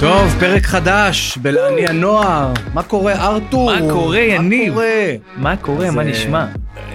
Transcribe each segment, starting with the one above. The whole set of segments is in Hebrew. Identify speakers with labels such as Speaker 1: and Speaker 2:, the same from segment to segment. Speaker 1: טוב, פרק חדש בלעני הנוער. מה קורה, ארתור?
Speaker 2: מה קורה,
Speaker 1: מה
Speaker 2: יניב?
Speaker 1: קורה?
Speaker 2: מה קורה?
Speaker 1: אז,
Speaker 2: מה
Speaker 1: אה,
Speaker 2: נשמע?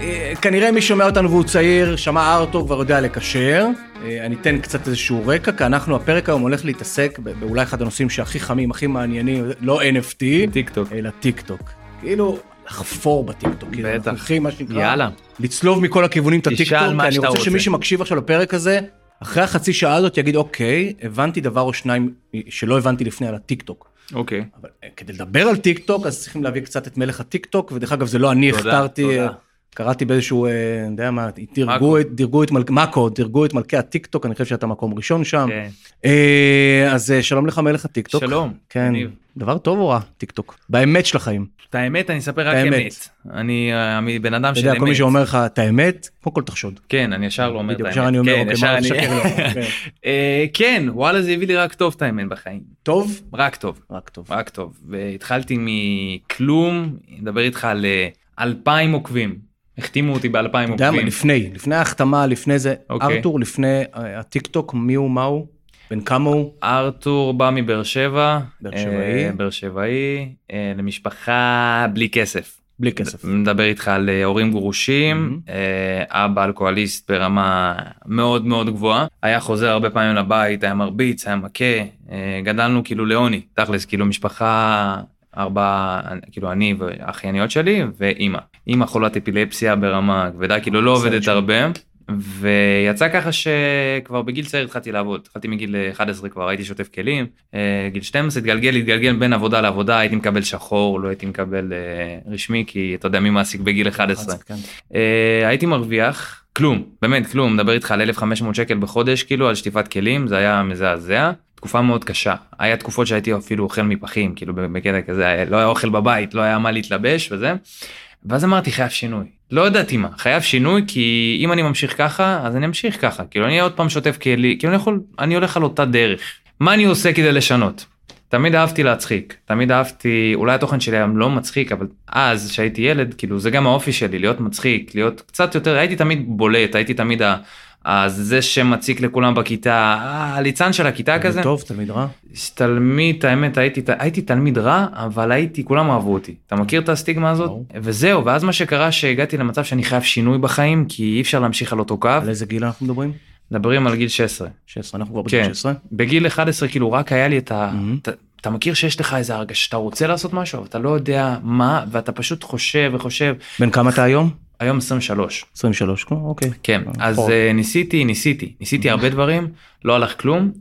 Speaker 1: אה, כנראה מי שומע אותנו והוא צעיר, שמע ארתור, כבר יודע לקשר. אה, אני אתן קצת איזשהו רקע, כי אנחנו, הפרק היום הולך להתעסק ב- באולי אחד הנושאים שהכי חמים, הכי מעניינים, לא NFT,
Speaker 2: טיק טוק.
Speaker 1: אלא טיק טוק. כאילו, לחפור בטיקטוק. כאילו,
Speaker 2: בטח.
Speaker 1: אנחנו הולכים, מה שנקרא,
Speaker 2: יאללה.
Speaker 1: לצלוב מכל הכיוונים את
Speaker 2: תשאל
Speaker 1: הטיקטוק,
Speaker 2: מה
Speaker 1: כי אני
Speaker 2: שאתה
Speaker 1: רוצה שמי
Speaker 2: רוצה.
Speaker 1: שמקשיב עכשיו לפרק הזה, אחרי החצי שעה הזאת יגיד, אוקיי, הבנתי דבר או שניים שלא הבנתי לפני על הטיקטוק.
Speaker 2: אוקיי.
Speaker 1: אבל אה, כדי לדבר על טיק טוק אז צריכים להביא קצת את מלך הטיק טוק ודרך אגב זה לא אני
Speaker 2: תודה,
Speaker 1: הכתרתי
Speaker 2: תודה.
Speaker 1: אה, קראתי באיזשהו אה, אני יודע מה דירגו את דירגו את מלכ... מאקו דירגו את מלכי הטיק טוק אני חושב שאתה מקום ראשון שם
Speaker 2: כן.
Speaker 1: אה, אז אה, שלום לך מלך הטיק טוק
Speaker 2: שלום.
Speaker 1: כן
Speaker 2: יניב.
Speaker 1: דבר טוב או רע טיק טוק באמת של החיים
Speaker 2: את האמת, אני אספר רק
Speaker 1: את האמת.
Speaker 2: אמת. אני אה, אני בן אדם
Speaker 1: אתה
Speaker 2: של
Speaker 1: יודע כל מי
Speaker 2: אמת.
Speaker 1: שאומר לך את האמת קודם כל תחשוד.
Speaker 2: כן, אני ישר לא אומר את
Speaker 1: בדיוק,
Speaker 2: האמת.
Speaker 1: ישר אני אומר,
Speaker 2: כן,
Speaker 1: אוקיי,
Speaker 2: ישר
Speaker 1: מה,
Speaker 2: אני-
Speaker 1: משקר לו, אוקיי.
Speaker 2: אה, כן, וואלה זה הביא לי רק טוב את האמת בחיים.
Speaker 1: טוב?
Speaker 2: רק טוב,
Speaker 1: רק טוב.
Speaker 2: רק טוב. והתחלתי מכלום, אדבר איתך על אה, 2,000 עוקבים. החתימו אותי ב-2,000
Speaker 1: אתה יודע מה,
Speaker 2: עוקבים.
Speaker 1: לפני, לפני ההחתמה, לפני זה,
Speaker 2: אוקיי.
Speaker 1: ארתור לפני אה, הטיק טוק, מי הוא, מה הוא, בן כמה הוא,
Speaker 2: ארתור בא מבאר שבע.
Speaker 1: באר שבעי.
Speaker 2: אה, באר שבעי. אה, למשפחה בלי כסף.
Speaker 1: בלי כסף.
Speaker 2: מדבר איתך על אה, הורים גרושים,
Speaker 1: Mhm.
Speaker 2: אה, אבא אלכוהוליסט ברמה מאוד מאוד גבוהה, היה חוזר הרבה פעמים לבית, היה מרביץ, היה מכה, אה, גדלנו כאילו לעוני, תכלס, כאילו משפחה, ארבע, כאילו אני והאחייניות שלי ואימא. אימא חולת אפילפסיה ברמה כבדה, כאילו לא
Speaker 1: בסדר,
Speaker 2: עובדת
Speaker 1: שם.
Speaker 2: הרבה. ויצא ככה שכבר בגיל צעיר התחלתי לעבוד, התחלתי מגיל 11 כבר הייתי שוטף כלים, אה, גיל 12 התגלגל התגלגל בין עבודה לעבודה הייתי מקבל שחור לא הייתי מקבל אה, רשמי כי אתה יודע מי מעסיק בגיל 11
Speaker 1: כן.
Speaker 2: אה, הייתי מרוויח כלום באמת כלום מדבר איתך על 1500 שקל בחודש כאילו על שטיפת כלים זה היה מזעזע תקופה מאוד קשה היה תקופות שהייתי אפילו אוכל מפחים כאילו בקטע כזה אה, לא היה אוכל בבית לא היה מה להתלבש וזה. ואז אמרתי חייב שינוי לא ידעתי מה חייב שינוי כי אם אני ממשיך ככה אז אני אמשיך ככה כאילו אני עוד פעם שוטף כלי כאילו אני יכול אני הולך על אותה דרך מה אני עושה כדי לשנות. תמיד אהבתי להצחיק תמיד אהבתי אולי התוכן שלי היום לא מצחיק אבל אז שהייתי ילד כאילו זה גם האופי שלי להיות מצחיק להיות קצת יותר הייתי תמיד בולט הייתי תמיד ה... ה- זה שמציק לכולם בכיתה הליצן של הכיתה כזה.
Speaker 1: תלמיד טוב, תלמיד רע.
Speaker 2: תלמיד האמת הייתי הייתי תלמיד רע אבל הייתי כולם אהבו אותי אתה מכיר את הסטיגמה הזאת
Speaker 1: ברור.
Speaker 2: וזהו ואז מה שקרה שהגעתי למצב שאני חייב שינוי בחיים כי אי אפשר להמשיך על אותו קו
Speaker 1: על איזה גיל אנחנו מדברים?
Speaker 2: מדברים על גיל 16
Speaker 1: 16, אנחנו כבר בגיל
Speaker 2: כן.
Speaker 1: 16.
Speaker 2: בגיל 11 כאילו רק היה לי את ה...
Speaker 1: מהמם.
Speaker 2: אתה- אתה מכיר שיש לך איזה הרגשה שאתה רוצה לעשות משהו אבל אתה לא יודע מה ואתה פשוט חושב וחושב
Speaker 1: בן כמה אתה היום?
Speaker 2: היום 23
Speaker 1: 23, כמו, אוקיי.
Speaker 2: כן, אז
Speaker 1: נכון. אה.
Speaker 2: אה, ניסיתי, ניסיתי, ניסיתי הרבה דברים, לא הלך כלום,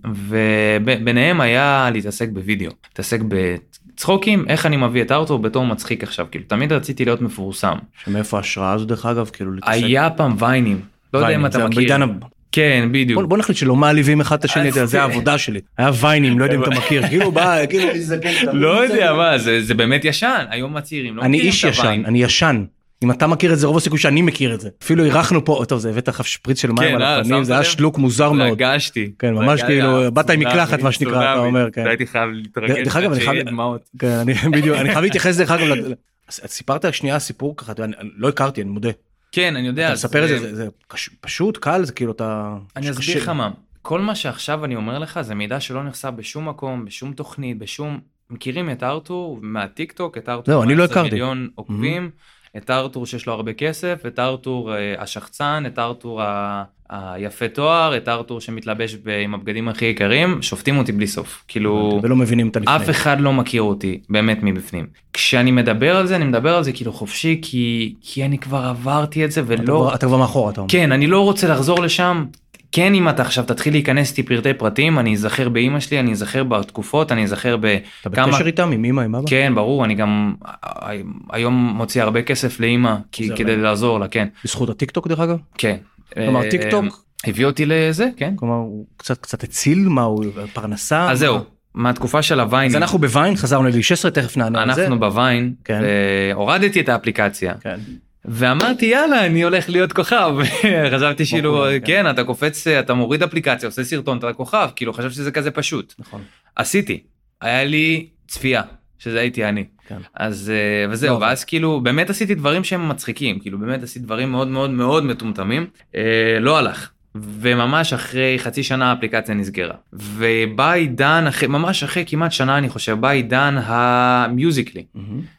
Speaker 2: וביניהם היה להתעסק בווידאו, להתעסק בצחוקים, איך אני מביא את ארתור בתור מצחיק עכשיו, כאילו תמיד רציתי להיות מפורסם.
Speaker 1: שמאיפה ההשראה הזו דרך אגב, כאילו להתעסק.
Speaker 2: היה פעם ויינים, לא יודע אם
Speaker 1: ויינים,
Speaker 2: אתה
Speaker 1: זה
Speaker 2: מכיר.
Speaker 1: בעידן ה-
Speaker 2: כן, בדיוק.
Speaker 1: בוא- בוא נחליט שלא מעליבים אחד את השני,
Speaker 2: אז
Speaker 1: זה- זה
Speaker 2: כן.
Speaker 1: העבודה שלי. היה ויינים, לא יודע אם אתה מכיר, כאילו בא, כאילו איזה זקן. אתה
Speaker 2: לא
Speaker 1: מבין?
Speaker 2: יודע מה, זה זה באמת ישן, היום הצעירים לא
Speaker 1: אני
Speaker 2: מכירים
Speaker 1: איש
Speaker 2: את הוויין.
Speaker 1: ישן, אני ישן. אם אתה מכיר את זה, רוב הסיכוי שאני מכיר את זה. אפילו אירחנו פה, טוב, זה הבאת לך שפריץ של מים
Speaker 2: כן,
Speaker 1: על
Speaker 2: אה,
Speaker 1: הפנים,
Speaker 2: שמת
Speaker 1: זה היה
Speaker 2: לב?
Speaker 1: שלוק מוזר מאוד.
Speaker 2: התרגשתי.
Speaker 1: כן, ממש
Speaker 2: התרגשתי.
Speaker 1: כאילו, באת עם
Speaker 2: צונאמי,
Speaker 1: מקלחת, מה שנקרא, אתה
Speaker 2: צונאמי.
Speaker 1: אומר, כן.
Speaker 2: הייתי חייב להתרגש.
Speaker 1: דרך אגב, אני חייב-
Speaker 2: שיהיה דמעות.
Speaker 1: כן, אני בדיוק, אני חייב להתייחס דרך אגב, ל- אז- אז סיפרת שנייה סיפור ככה, אתה יודע, אני- לא הכרתי, אני מודה.
Speaker 2: כן, אני יודע.
Speaker 1: אתה
Speaker 2: אז,
Speaker 1: מספר את זה,
Speaker 2: אה,
Speaker 1: זה- זה קש- פשוט, קל, זה כאילו אתה...
Speaker 2: אני אסביר
Speaker 1: קשה.
Speaker 2: לך מה, כל מה שעכשיו אני אומר לך זה מידע שלא נחשף בשום מקום, בשום תוכנית, בשום... מכירים את ארתור מהטיק טוק, את ארתור
Speaker 1: לא, אני לא
Speaker 2: 14
Speaker 1: הכרתי. Mm-hmm.
Speaker 2: מיליון עוקבים, את ארתור שיש לו הרבה כסף, את ארתור אה, השחצן, את ארתור ה... היפה תואר, את ארתור שמתלבש ב... עם הבגדים הכי יקרים, שופטים אותי בלי סוף. כאילו...
Speaker 1: ולא מבינים את הלפני.
Speaker 2: אף אחד לא מכיר אותי באמת מבפנים. כשאני מדבר על זה, אני מדבר על זה כאילו חופשי, כי, כי אני כבר עברתי את זה
Speaker 1: אתה
Speaker 2: ולא...
Speaker 1: כבר- אתה כבר מאחורה, אתה אומר.
Speaker 2: לא- כן, אני לא רוצה לחזור לשם. כן, אם אתה עכשיו תתחיל להיכנס איתי פרטי פרטים, אני אזכר באימא שלי, אני אזכר בתקופות, אני אזכר ב...
Speaker 1: אתה
Speaker 2: כמה-
Speaker 1: בקשר איתם, עם אמא, עם אבא?
Speaker 2: כן, ברור, אני גם אה, היום מוציא הרבה כסף לאימא, כי-
Speaker 1: עוזר
Speaker 2: כדי
Speaker 1: להם.
Speaker 2: לעזור לה, כן.
Speaker 1: בזכות הטיקטוק דרך אגב?
Speaker 2: כן.
Speaker 1: כלומר,
Speaker 2: אה,
Speaker 1: טיקטוק,
Speaker 2: אה, הביא אותי לזה, כן.
Speaker 1: כלומר, הוא קצת קצת הציל מה הוא, פרנסה.
Speaker 2: אז זהו, מהתקופה של הוויינים.
Speaker 1: אז אנחנו בוויין, חזרנו לגיל 16, תכף נענה על זה.
Speaker 2: אנחנו בוויין,
Speaker 1: כן.
Speaker 2: הורדתי את האפליקציה,
Speaker 1: כן.
Speaker 2: ואמרתי יאללה אני הולך להיות כוכב חשבתי כאילו
Speaker 1: כולם, כן.
Speaker 2: כן אתה קופץ אתה מוריד אפליקציה עושה סרטון אתה כוכב כאילו חשבתי שזה כזה פשוט
Speaker 1: נכון.
Speaker 2: עשיתי היה לי צפייה שזה הייתי אני
Speaker 1: כן.
Speaker 2: אז אה, וזהו
Speaker 1: לא.
Speaker 2: ואז כאילו באמת עשיתי דברים שהם מצחיקים כאילו באמת עשיתי דברים מאוד מאוד מאוד מטומטמים אה, לא הלך וממש אחרי חצי שנה האפליקציה נסגרה. ובא עידן, אחרי, ממש אחרי כמעט שנה אני חושב, בא עידן המיוזיקלי.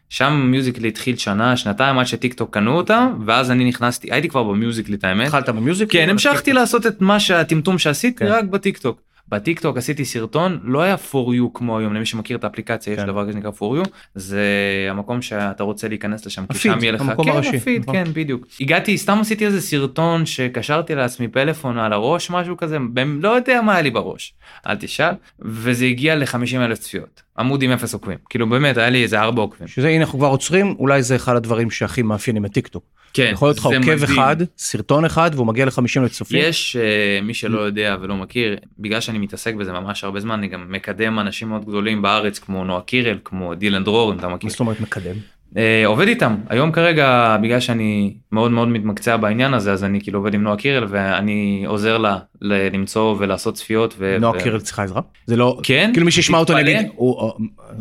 Speaker 2: שם מיוזיקלי התחיל שנה, שנתיים עד שטיק טוק קנו אותה, ואז אני נכנסתי, הייתי כבר במיוזיקלי את האמת.
Speaker 1: התחלת במיוזיק?
Speaker 2: כן, המשכתי לעשות את מה שהטמטום שעשיתי
Speaker 1: כן.
Speaker 2: רק בטיק טוק. בטיק טוק עשיתי סרטון, לא היה for you כמו היום, למי שמכיר את האפליקציה, יש
Speaker 1: כן.
Speaker 2: דבר כזה שנקרא for you, זה המקום שאתה רוצה להיכנס לשם, כי
Speaker 1: הפיד,
Speaker 2: שם יהיה לך,
Speaker 1: המקום
Speaker 2: כן,
Speaker 1: הראשי,
Speaker 2: הפיד,
Speaker 1: נכון.
Speaker 2: כן, בדיוק. הגעתי, סתם עשיתי איזה סרטון שקשרתי לעצמי פלאפון על הראש, משהו כזה, באמת, לא יודע מה היה לי בראש, אל תשאל, וזה הגיע ל-50 אלף צפיות, עמוד עם אפס עוקבים, כאילו באמת, היה לי איזה ארבע עוקבים.
Speaker 1: שזה הנה אנחנו כבר עוצרים, אולי זה אחד הדברים שהכי מאפיינים את טיקטוק.
Speaker 2: כן,
Speaker 1: יכול להיות לך
Speaker 2: זה
Speaker 1: עוקב
Speaker 2: מדהים.
Speaker 1: אחד, סרטון אחד, והוא מגיע ל-50 אלף צופים.
Speaker 2: יש אה, מי שלא יודע ולא מכיר בגלל שאני מתעסק בזה ממש הרבה זמן אני גם מקדם אנשים מאוד גדולים בארץ כמו נועה קירל כמו דילן דרור אם אתה
Speaker 1: מה
Speaker 2: מכיר
Speaker 1: זאת אומרת מקדם?
Speaker 2: אה, עובד איתם היום כרגע בגלל שאני מאוד מאוד מתמקצע בעניין הזה אז אני כאילו עובד עם נועה קירל ואני עוזר לה ל- למצוא ולעשות צפיות. ו-
Speaker 1: נועה
Speaker 2: ו-
Speaker 1: קירל צריכה עזרה? זה לא...
Speaker 2: כן
Speaker 1: כאילו מי שישמע אותו
Speaker 2: תתפלא,
Speaker 1: נגיד, הוא-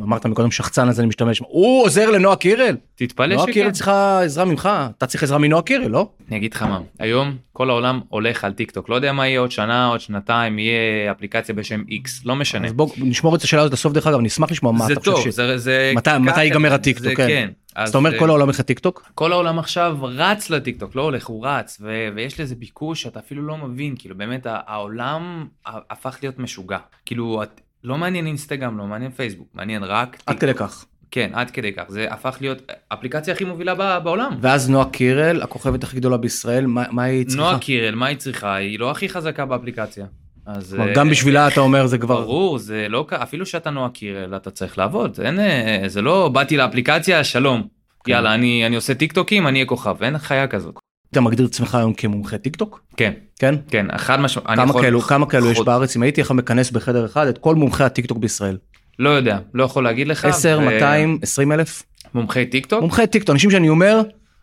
Speaker 1: אמרת מקודם שחצן אז אני משתמש, הוא עוזר לנועה קירל?
Speaker 2: תתפלא
Speaker 1: נועה
Speaker 2: שכן.
Speaker 1: קירל צריכה עזרה ממך, אתה צריך עזרה מנועה קירל, לא?
Speaker 2: אני אגיד לך מה היום כל העולם הולך על טיק טוק לא יודע מה יהיה עוד שנה עוד שנתיים יהיה אפליקציה בשם x לא משנה.
Speaker 1: אז בוא נשמור את השאלה הזאת לסוף דרך אגב, אני אשמח לשמוע מה
Speaker 2: זה
Speaker 1: אתה חושב
Speaker 2: טוב
Speaker 1: ש...
Speaker 2: זה זה
Speaker 1: מתי-
Speaker 2: ככה,
Speaker 1: מתי ייגמר הטיקטוק,
Speaker 2: זה
Speaker 1: כן.
Speaker 2: אז
Speaker 1: אז אתה אומר
Speaker 2: אה,
Speaker 1: כל העולם הולך לטיקטוק?
Speaker 2: כל העולם עכשיו רץ לטיקטוק לא הולך הוא רץ ו- ויש לזה ביקוש שאתה אפילו לא מבין כאילו באמת ה- העולם ה- הפך להיות משוגע כאילו את- לא מעניין אינסטגרם לא מעניין פייסבוק מעניין רק
Speaker 1: עד
Speaker 2: טיקטוק
Speaker 1: כדי כך.
Speaker 2: כן עד כדי כך זה הפך להיות אפליקציה הכי מובילה ב- בעולם.
Speaker 1: ואז נועה קירל, הכוכבת הכי גדולה בישראל, מה מה היא צריכה?
Speaker 2: נועה קירל מה היא צריכה היא לא הכי חזקה באפליקציה. אז
Speaker 1: כלומר,
Speaker 2: אה,
Speaker 1: גם בשבילה אתה אומר זה כבר...
Speaker 2: ברור זה לא כ- אפילו שאתה נועה קירל אתה צריך לעבוד אין אה, זה לא באתי לאפליקציה שלום
Speaker 1: כן.
Speaker 2: יאללה אני אני עושה טיקטוקים אני אהיה כוכב אין חיה כזאת.
Speaker 1: אתה מגדיר את עצמך היום כמומחה טיקטוק?
Speaker 2: כן
Speaker 1: כן?
Speaker 2: כן חד משמעית. אני
Speaker 1: כמה
Speaker 2: יכול-
Speaker 1: כאלו, כמה כאלו יש
Speaker 2: חוד-
Speaker 1: בארץ? אם הייתי יכול מכנס בחדר אחד את כל מומחי הטיקטוק בישראל.
Speaker 2: לא יודע לא יכול להגיד לך
Speaker 1: 10,
Speaker 2: ו-
Speaker 1: 200, 20 אלף?
Speaker 2: מומחי טיק טוק
Speaker 1: מומחי טיקטוק, אנשים שאני אומר,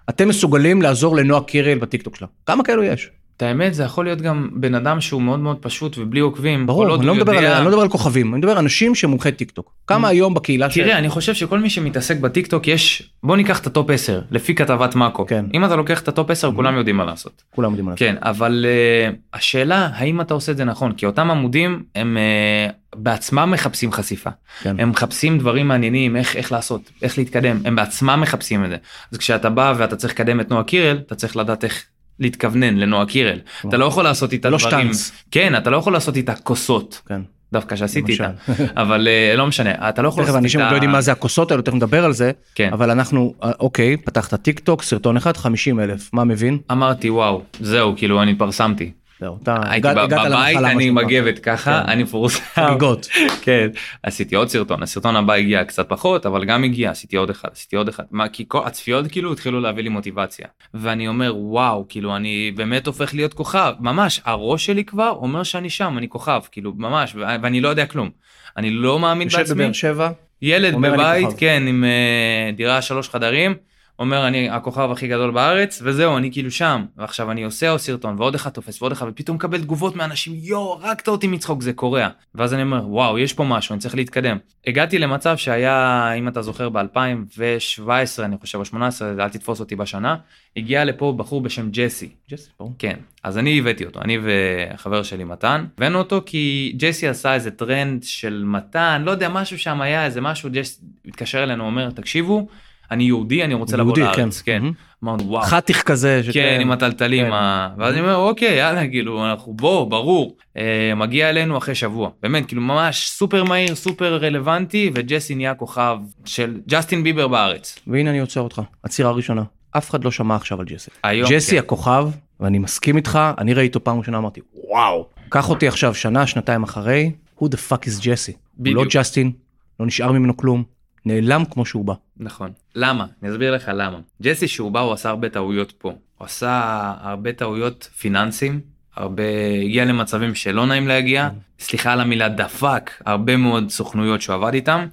Speaker 1: אתם מסוגלים לעזור לנועה קירל בטיקטוק שלה. כמה כאלו יש?
Speaker 2: את האמת זה יכול להיות גם בן אדם שהוא מאוד מאוד פשוט ובלי עוקבים כל
Speaker 1: ברור,
Speaker 2: עוד
Speaker 1: אני לא
Speaker 2: הוא
Speaker 1: מדבר על-
Speaker 2: יודע- Mm.
Speaker 1: אני לא מדבר על כוכבים, אני מדבר על אנשים שהם מומחי טיקטוק. כמה היום בקהילה ש...
Speaker 2: תראה אני חושב שכל מי שמתעסק בטיקטוק יש בוא ניקח את הטופ 10 לפי כתבת מאקו
Speaker 1: כן.
Speaker 2: אם אתה לוקח את הטופ 10 כולם יודעים מה לעשות
Speaker 1: כולם יודעים על זה.
Speaker 2: כן אבל uh, השאלה האם אתה עושה את זה נכון כי אותם עמודים הם uh, בעצמם מחפשים חשיפה
Speaker 1: כן.
Speaker 2: הם מחפשים דברים מעניינים איך איך לעשות איך להתקדם הם בעצמם מחפשים את זה אז כשאתה בא ואתה צריך לקדם את נועה קירל אתה צריך לדעת איך להתכוונן לנועה קירל אתה לא יכול לעשות איתה
Speaker 1: לא
Speaker 2: דברים
Speaker 1: שטאנץ.
Speaker 2: כן אתה לא יכול לעשות איתה כוסות
Speaker 1: כן.
Speaker 2: דווקא שעשיתי
Speaker 1: למשל.
Speaker 2: איתה אבל אה, לא משנה אתה לא יכול
Speaker 1: תכף
Speaker 2: לעשות
Speaker 1: אנשים עוד לא יודעים מה זה הכוסות האלו, תכף נדבר על זה,
Speaker 2: כן.
Speaker 1: אבל אנחנו, אה, אוקיי, פתחת טיקטוק, סרטון אחד, 50 אלף, מה מבין?
Speaker 2: אמרתי וואו זהו כאילו אני פרסמתי
Speaker 1: זהו, אתה
Speaker 2: הייתי
Speaker 1: הגעת- הגעת
Speaker 2: בבית
Speaker 1: למחלה, מה
Speaker 2: אני
Speaker 1: שנקרא.
Speaker 2: מגבת ככה
Speaker 1: כן.
Speaker 2: אני מפורסם
Speaker 1: חגיגות.
Speaker 2: כן, עשיתי עוד סרטון, הסרטון הבא הגיע קצת פחות, אבל גם הגיע, עשיתי עוד אחד, עשיתי עוד אחד. מה, כי כל הצפיות כאילו התחילו להביא לי מוטיבציה. ואני אומר, וואו, כאילו אני באמת הופך להיות כוכב, ממש, הראש שלי כבר אומר שאני שם, אני כוכב, כאילו ממש, ו- ואני לא יודע כלום. אני לא מאמין
Speaker 1: יושב
Speaker 2: בעצמי.
Speaker 1: בבאר שבע,
Speaker 2: ילד
Speaker 1: אומר, "אני
Speaker 2: בבית,
Speaker 1: כוכב".
Speaker 2: כן, עם אה, דירה שלוש חדרים, אומר אני הכוכב הכי גדול בארץ, וזהו, אני כאילו שם. ועכשיו אני עושה עוד סרטון, ועוד אחד תופס, ועוד אחד, ופתאום מקבל תגובות מאנשים, יואו, הרגת אותי מצחוק, זה קורע. ואז אני אומר, וואו, יש פה משהו, אני צריך להתקדם. הגעתי למצב שהיה, אם אתה זוכר, ב-2017, אני חושב, או 18, אל תתפוס אותי בשנה, הגיע לפה בחור בשם ג'סי.
Speaker 1: ג'סי, ברור.
Speaker 2: כן, אז אני הבאתי אותו, אני וחבר שלי מתן, הבאנו אותו כי ג'סי עשה איזה טרנד של מתן, לא יודע, משהו שם היה, איזה משהו, ג'ס התקשר אלינו, אומר, תקשיבו, אני יהודי, אני רוצה לבוא
Speaker 1: יהודי,
Speaker 2: לארץ, כן.
Speaker 1: מהמם.
Speaker 2: אמרנו, וואו,
Speaker 1: חתיך כזה, שאתה-
Speaker 2: כן, עם הטלטלים,
Speaker 1: כן.
Speaker 2: ה- ואז אני אומר, אוקיי, יאללה, כאילו, אנחנו בוא, ברור. אה, מגיע אלינו אחרי שבוע, באמת, כאילו, ממש סופר מהיר, סופר רלוונטי, וג'סי נהיה כוכב של ג'סטין ביבר בארץ.
Speaker 1: והנה אני עוצר אותך, עצירה ראשונה. אף אחד לא שמע עכשיו על ג'סי.
Speaker 2: היום,
Speaker 1: ג'סי
Speaker 2: כן.
Speaker 1: הכוכב, ואני מסכים איתך, אני ראיתי אותו פעם ראשונה, אמרתי, וואו. קח אותי עכשיו שנה, שנתיים אחרי, who the fuck is ג'סי. הוא לא
Speaker 2: בדיוק.
Speaker 1: ג'סטין, לא נשאר ממנו כלום, נעלם כמו שהוא בא.
Speaker 2: נכון. למה? אני אסביר לך למה. ג'סי שהוא בא הוא עשה הרבה טעויות פה. הוא עשה הרבה טעויות פיננסיים, הרבה הגיע למצבים שלא נעים להגיע, סליחה על המילה דפק, הרבה מאוד סוכנויות שהוא עבד איתם.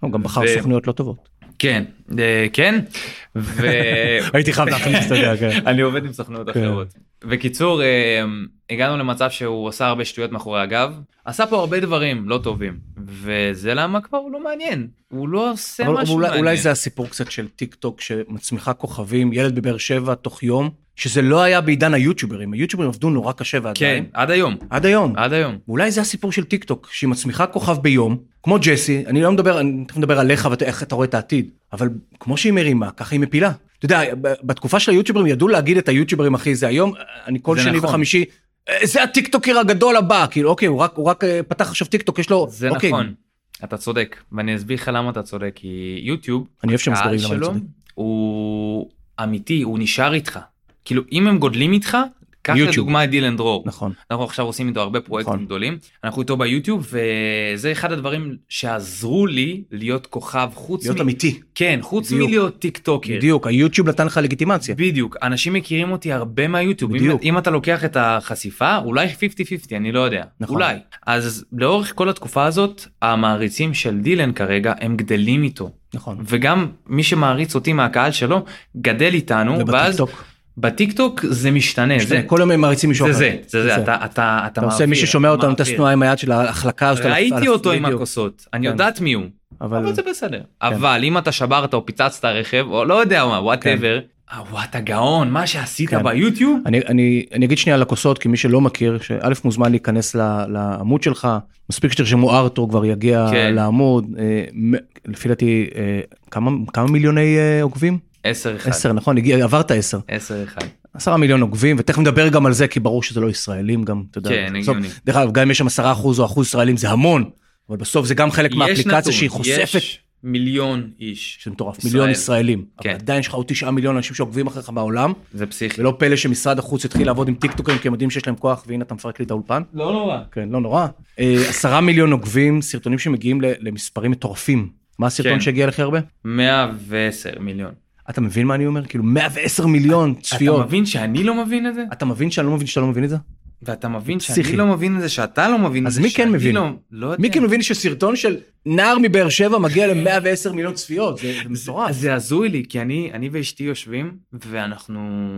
Speaker 1: הוא גם בחר
Speaker 2: ו-
Speaker 1: סוכנויות לא טובות.
Speaker 2: כן, אה, כן, ו-
Speaker 1: הייתי חייב להכניס, אתה יודע, כן.
Speaker 2: אני עובד עם סוכנויות
Speaker 1: כן.
Speaker 2: אחרות. בקיצור, אה, הגענו למצב שהוא עשה הרבה שטויות מאחורי הגב, עשה פה הרבה דברים לא טובים, וזה למה כבר הוא לא מעניין הוא לא עושה
Speaker 1: אבל
Speaker 2: משהו
Speaker 1: אולי,
Speaker 2: מעניין.
Speaker 1: אולי זה הסיפור קצת של טיק טוק שמצמיחה כוכבים, ילד בבאר שבע תוך יום, שזה לא היה בעידן היוטיוברים, היוטיוברים עבדו נורא קשה ועדיין,
Speaker 2: כן עד היום
Speaker 1: עד היום.
Speaker 2: עד היום
Speaker 1: אולי זה הסיפור של טיק טוק, שהיא מצמיחה כוכב ביום, כמו ג'סי, אני לא מדבר, אני תכף מדבר עליך ואיך אתה רואה את העתיד, אבל כמו שהיא מרימה, ככה היא מפילה. אתה יודע, ב- בתקופה של היוטיוברים ידעו להגיד את היוטיוברים אחי, זה היום, אני כל
Speaker 2: זה
Speaker 1: שני
Speaker 2: נכון.
Speaker 1: וחמישי, "אה, זה הטיקטוקר הגדול הבא, כאילו אוקיי, הוא רק, הוא רק אה, פתח עכשיו טיקטוק, יש לו,
Speaker 2: זה
Speaker 1: אוקיי,
Speaker 2: נכון אתה צודק ואני אסביר לך למה אתה צודק כי יוטיוב
Speaker 1: אני אוהב שמסבירים למה
Speaker 2: הקהל
Speaker 1: אני
Speaker 2: שלו
Speaker 1: צודק.
Speaker 2: הוא אמיתי הוא נשאר איתך כאילו אם הם גודלים איתך קח
Speaker 1: יוטיוב.
Speaker 2: לדוגמה את דילן דרור
Speaker 1: נכון.
Speaker 2: אנחנו עכשיו עושים איתו הרבה פרויקטים
Speaker 1: נכון.
Speaker 2: גדולים אנחנו איתו ביוטיוב וזה אחד הדברים שעזרו לי להיות כוכב חוץ
Speaker 1: להיות
Speaker 2: מ-
Speaker 1: אמיתי.
Speaker 2: כן חוץ
Speaker 1: בדיוק.
Speaker 2: מלהיות טיק טוקר.
Speaker 1: בדיוק, היוטיוב נתן לך לגיטימציה.
Speaker 2: בדיוק אנשים מכירים אותי הרבה מהיוטיוב אם,
Speaker 1: בדיוק.
Speaker 2: אם אתה לוקח את החשיפה אולי 50-50 אני לא יודע
Speaker 1: נכון.
Speaker 2: אולי אז לאורך כל התקופה הזאת המעריצים של דילן כרגע הם גדלים איתו
Speaker 1: נכון.
Speaker 2: וגם מי שמעריץ אותי מהקהל שלו גדל איתנו ואז
Speaker 1: ובטיקטוק.
Speaker 2: בטיקטוק זה משתנה,
Speaker 1: משתנה,
Speaker 2: זה,
Speaker 1: כל יום הם מעריצים מישהו
Speaker 2: זה
Speaker 1: אחר.
Speaker 2: זה זה זה אתה אתה אתה
Speaker 1: אתה עושה מי
Speaker 2: מעביר,
Speaker 1: ששומע אותנו את
Speaker 2: מעביר.
Speaker 1: השנואה עם היד של ההחלקה. הזאת על- על-
Speaker 2: ראיתי אותו עם
Speaker 1: בדיוק.
Speaker 2: הכוסות אני
Speaker 1: כן.
Speaker 2: יודעת מי הוא
Speaker 1: אבל
Speaker 2: אבל זה בסדר אבל אם אתה שברת או פיצצת רכב או לא יודע מה וואטאבר. אתה גאון מה שעשית
Speaker 1: כן.
Speaker 2: ביוטיוב
Speaker 1: אני, אני, אני אגיד שנייה על הכוסות, כי מי שלא מכיר, שא' מוזמן להיכנס ל- לעמוד שלך, מספיק שתרשמו ארתור כבר יגיע
Speaker 2: כן.
Speaker 1: לעמוד, אה, מ- לפי דעתי אה, כמה, כמה מיליוני אה, עוקבים?
Speaker 2: 10 1
Speaker 1: עשר, נכון? הגיע, עברת עשר.
Speaker 2: 10 1
Speaker 1: עשרה מיליון עוקבים, ותכף נדבר גם על זה, כי ברור שזה לא ישראלים גם, אתה יודע.
Speaker 2: כן
Speaker 1: בסוף-
Speaker 2: הגיוני.
Speaker 1: דרך אגב, גם אם יש שם עשרה אחוז או אחוז ישראלים זה המון, אבל בסוף זה גם חלק
Speaker 2: יש
Speaker 1: מהאפליקציה
Speaker 2: נתון,
Speaker 1: שהיא חושפת,
Speaker 2: יש מיליון איש
Speaker 1: שזה מטורף,
Speaker 2: ישראל.
Speaker 1: מיליון ישראלים. אבל
Speaker 2: כן.
Speaker 1: עדיין יש לך עוד תשעה מיליון אנשים שעוקבים אחריך בעולם,
Speaker 2: זה פסיכי
Speaker 1: ולא פלא שמשרד החוץ התחיל לעבוד עם טיקטוקים כי הם יודעים שיש להם כוח, והנה אתה מפרק לי את האולפן.
Speaker 2: לא נורא
Speaker 1: כן, לא נורא. אה, עשרה מיליון עוקבים, סרטונים שמגיעים ל- למספרים מטורפים. מה הסרטון
Speaker 2: כן.
Speaker 1: שהגיע לכי הרבה?
Speaker 2: 110 מיליון
Speaker 1: אתה מבין מה אני אומר? כאילו 110 מיליון צפיות.
Speaker 2: אתה מבין כן. שאני לא מבין את זה
Speaker 1: אתה מבין שאני לא מבין שאתה לא מבין את זה?
Speaker 2: ואתה מבין
Speaker 1: פסיכי.
Speaker 2: שאני לא מבין את זה שאתה לא מבין את
Speaker 1: אז
Speaker 2: זה
Speaker 1: מי כן
Speaker 2: שאני
Speaker 1: מבין?
Speaker 2: לא- לא יודע.
Speaker 1: מי כן מבין שסרטון של נער מבאר שבע מגיע ל-110 מיליון צפיות? זה זה מטורף.
Speaker 2: זה הזוי לי כי אני אני ואשתי יושבים ואנחנו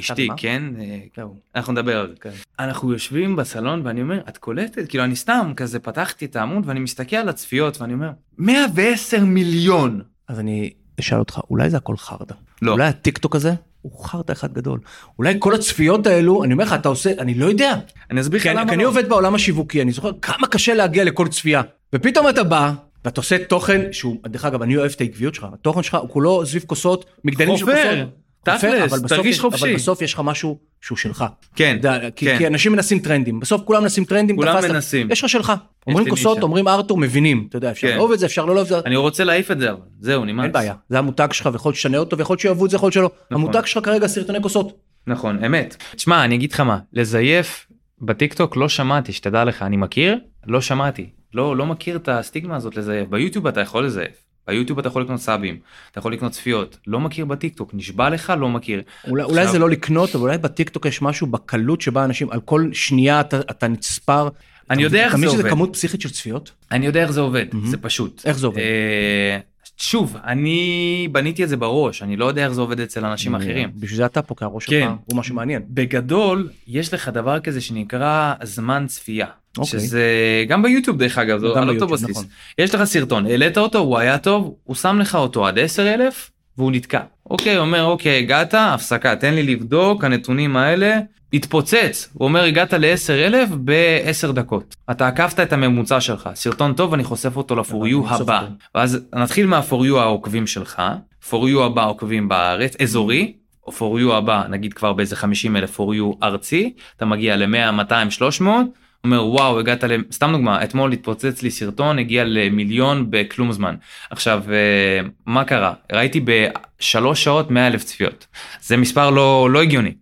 Speaker 2: אשתי
Speaker 1: מה?
Speaker 2: כן אה,
Speaker 1: זהו.
Speaker 2: אנחנו נדבר על זה.
Speaker 1: כן.
Speaker 2: אנחנו יושבים בסלון ואני אומר את קולטת כאילו אני סתם כזה פתחתי את העמוד ואני מסתכל על הצפיות ואני אומר 110 מיליון.
Speaker 1: אז אני אשאל אותך, אולי זה הכל חרדה.
Speaker 2: לא.
Speaker 1: אולי הטיקטוק הזה הוא חרדה אחד גדול. אולי כל הצפיות האלו, אני אומר לך, אתה עושה, אני לא יודע.
Speaker 2: אני אסביר לך
Speaker 1: כי אני, כי
Speaker 2: למה
Speaker 1: כן, אני
Speaker 2: לא.
Speaker 1: עובד בעולם השיווקי, אני זוכר כמה קשה להגיע לכל צפייה. ופתאום אתה בא, ואתה עושה תוכן שהוא, דרך אגב, אני אוהב את העקביות שלך, התוכן שלך הוא כולו סביב כוסות, מגדלים של כוסות.
Speaker 2: חופר, תכלס,
Speaker 1: חופר, אבל בסוף
Speaker 2: תרגיש
Speaker 1: יש-
Speaker 2: חופשי.
Speaker 1: אבל בסוף יש לך משהו שהוא שלך.
Speaker 2: כן
Speaker 1: אתה יודע, כי,
Speaker 2: כן.
Speaker 1: כי אנשים מנסים טרנדים, בסוף כולם מנסים טרנדים,
Speaker 2: כולם
Speaker 1: תפסת,
Speaker 2: מנסים.
Speaker 1: יש לך שלך. אומרים
Speaker 2: לי
Speaker 1: כוסות,
Speaker 2: נישה.
Speaker 1: אומרים ארתור, מבינים, אתה יודע, אפשר
Speaker 2: כן.
Speaker 1: לאהוב את זה, אפשר לא לאהוב את זה,
Speaker 2: אני רוצה להעיף את זה אבל זהו נמאס.
Speaker 1: אין בעיה, זה המותג שלך, ויכול להיות שתשנה אותו, ויכול להיות שיאהבו את זה, יכול להיות שלא. המותג שלך כרגע סרטוני כוסות.
Speaker 2: נכון אמת. תשמע אני אגיד לך מה לזייף בטיקטוק לא שמעתי שתדע לך אני מכיר לא שמעתי לא לא מכיר את הסטיגמה הזאת לזייף ביוטיוב אתה יכול לזייף. ביוטיוב אתה יכול לקנות סאבים אתה יכול לקנות צפיות לא מכיר בטיקטוק נשבע לך לא מכיר.
Speaker 1: אולי, אולי
Speaker 2: עכשיו-
Speaker 1: זה לא לקנות, אבל אולי בטיקטוק יש משהו בקלות שבה אנשים, על כל שנייה אתה, אתה נצפר.
Speaker 2: אני יודע איך
Speaker 1: אתה מבין
Speaker 2: זה
Speaker 1: שזה
Speaker 2: עובד.
Speaker 1: כמות פסיכית של צפיות?
Speaker 2: אני יודע איך זה עובד
Speaker 1: מהמם.
Speaker 2: זה פשוט
Speaker 1: איך זה עובד?
Speaker 2: אה, שוב אני בניתי את זה בראש אני לא יודע איך זה עובד אצל אנשים אחרים.
Speaker 1: בשביל זה אתה פה, כי הראש
Speaker 2: כן.
Speaker 1: שלך הוא משהו מעניין.
Speaker 2: בגדול יש לך דבר כזה שנקרא זמן צפייה.
Speaker 1: אוקיי.
Speaker 2: שזה גם ביוטיוב דרך אגב זה
Speaker 1: גם
Speaker 2: על אותו
Speaker 1: ביוטיוב,
Speaker 2: בסיס.
Speaker 1: נכון.
Speaker 2: יש לך סרטון העלית אותו הוא היה טוב הוא שם לך אותו עד 10 אלף והוא נתקע. אוקיי אומר אוקיי הגעת הפסקה תן לי לבדוק הנתונים האלה התפוצץ הוא אומר הגעת ל-10 אלף ב-10 דקות אתה עקפת את הממוצע שלך סרטון טוב אני חושף אותו
Speaker 1: אבל
Speaker 2: ל-for you
Speaker 1: אני חושף
Speaker 2: הבא
Speaker 1: אותו.
Speaker 2: ואז נתחיל מה-for you העוקבים שלך for you הבא עוקבים בארץ אזורי. או for you הבא נגיד כבר באיזה 50 אלף for you ארצי אתה מגיע ל-100 200 300 אומר וואו הגעת ל... סתם דוגמה אתמול התפוצץ לי סרטון הגיע למיליון בכלום זמן עכשיו אה, מה קרה ראיתי בשלוש שעות 100 אלף צפיות זה מספר לא לא הגיוני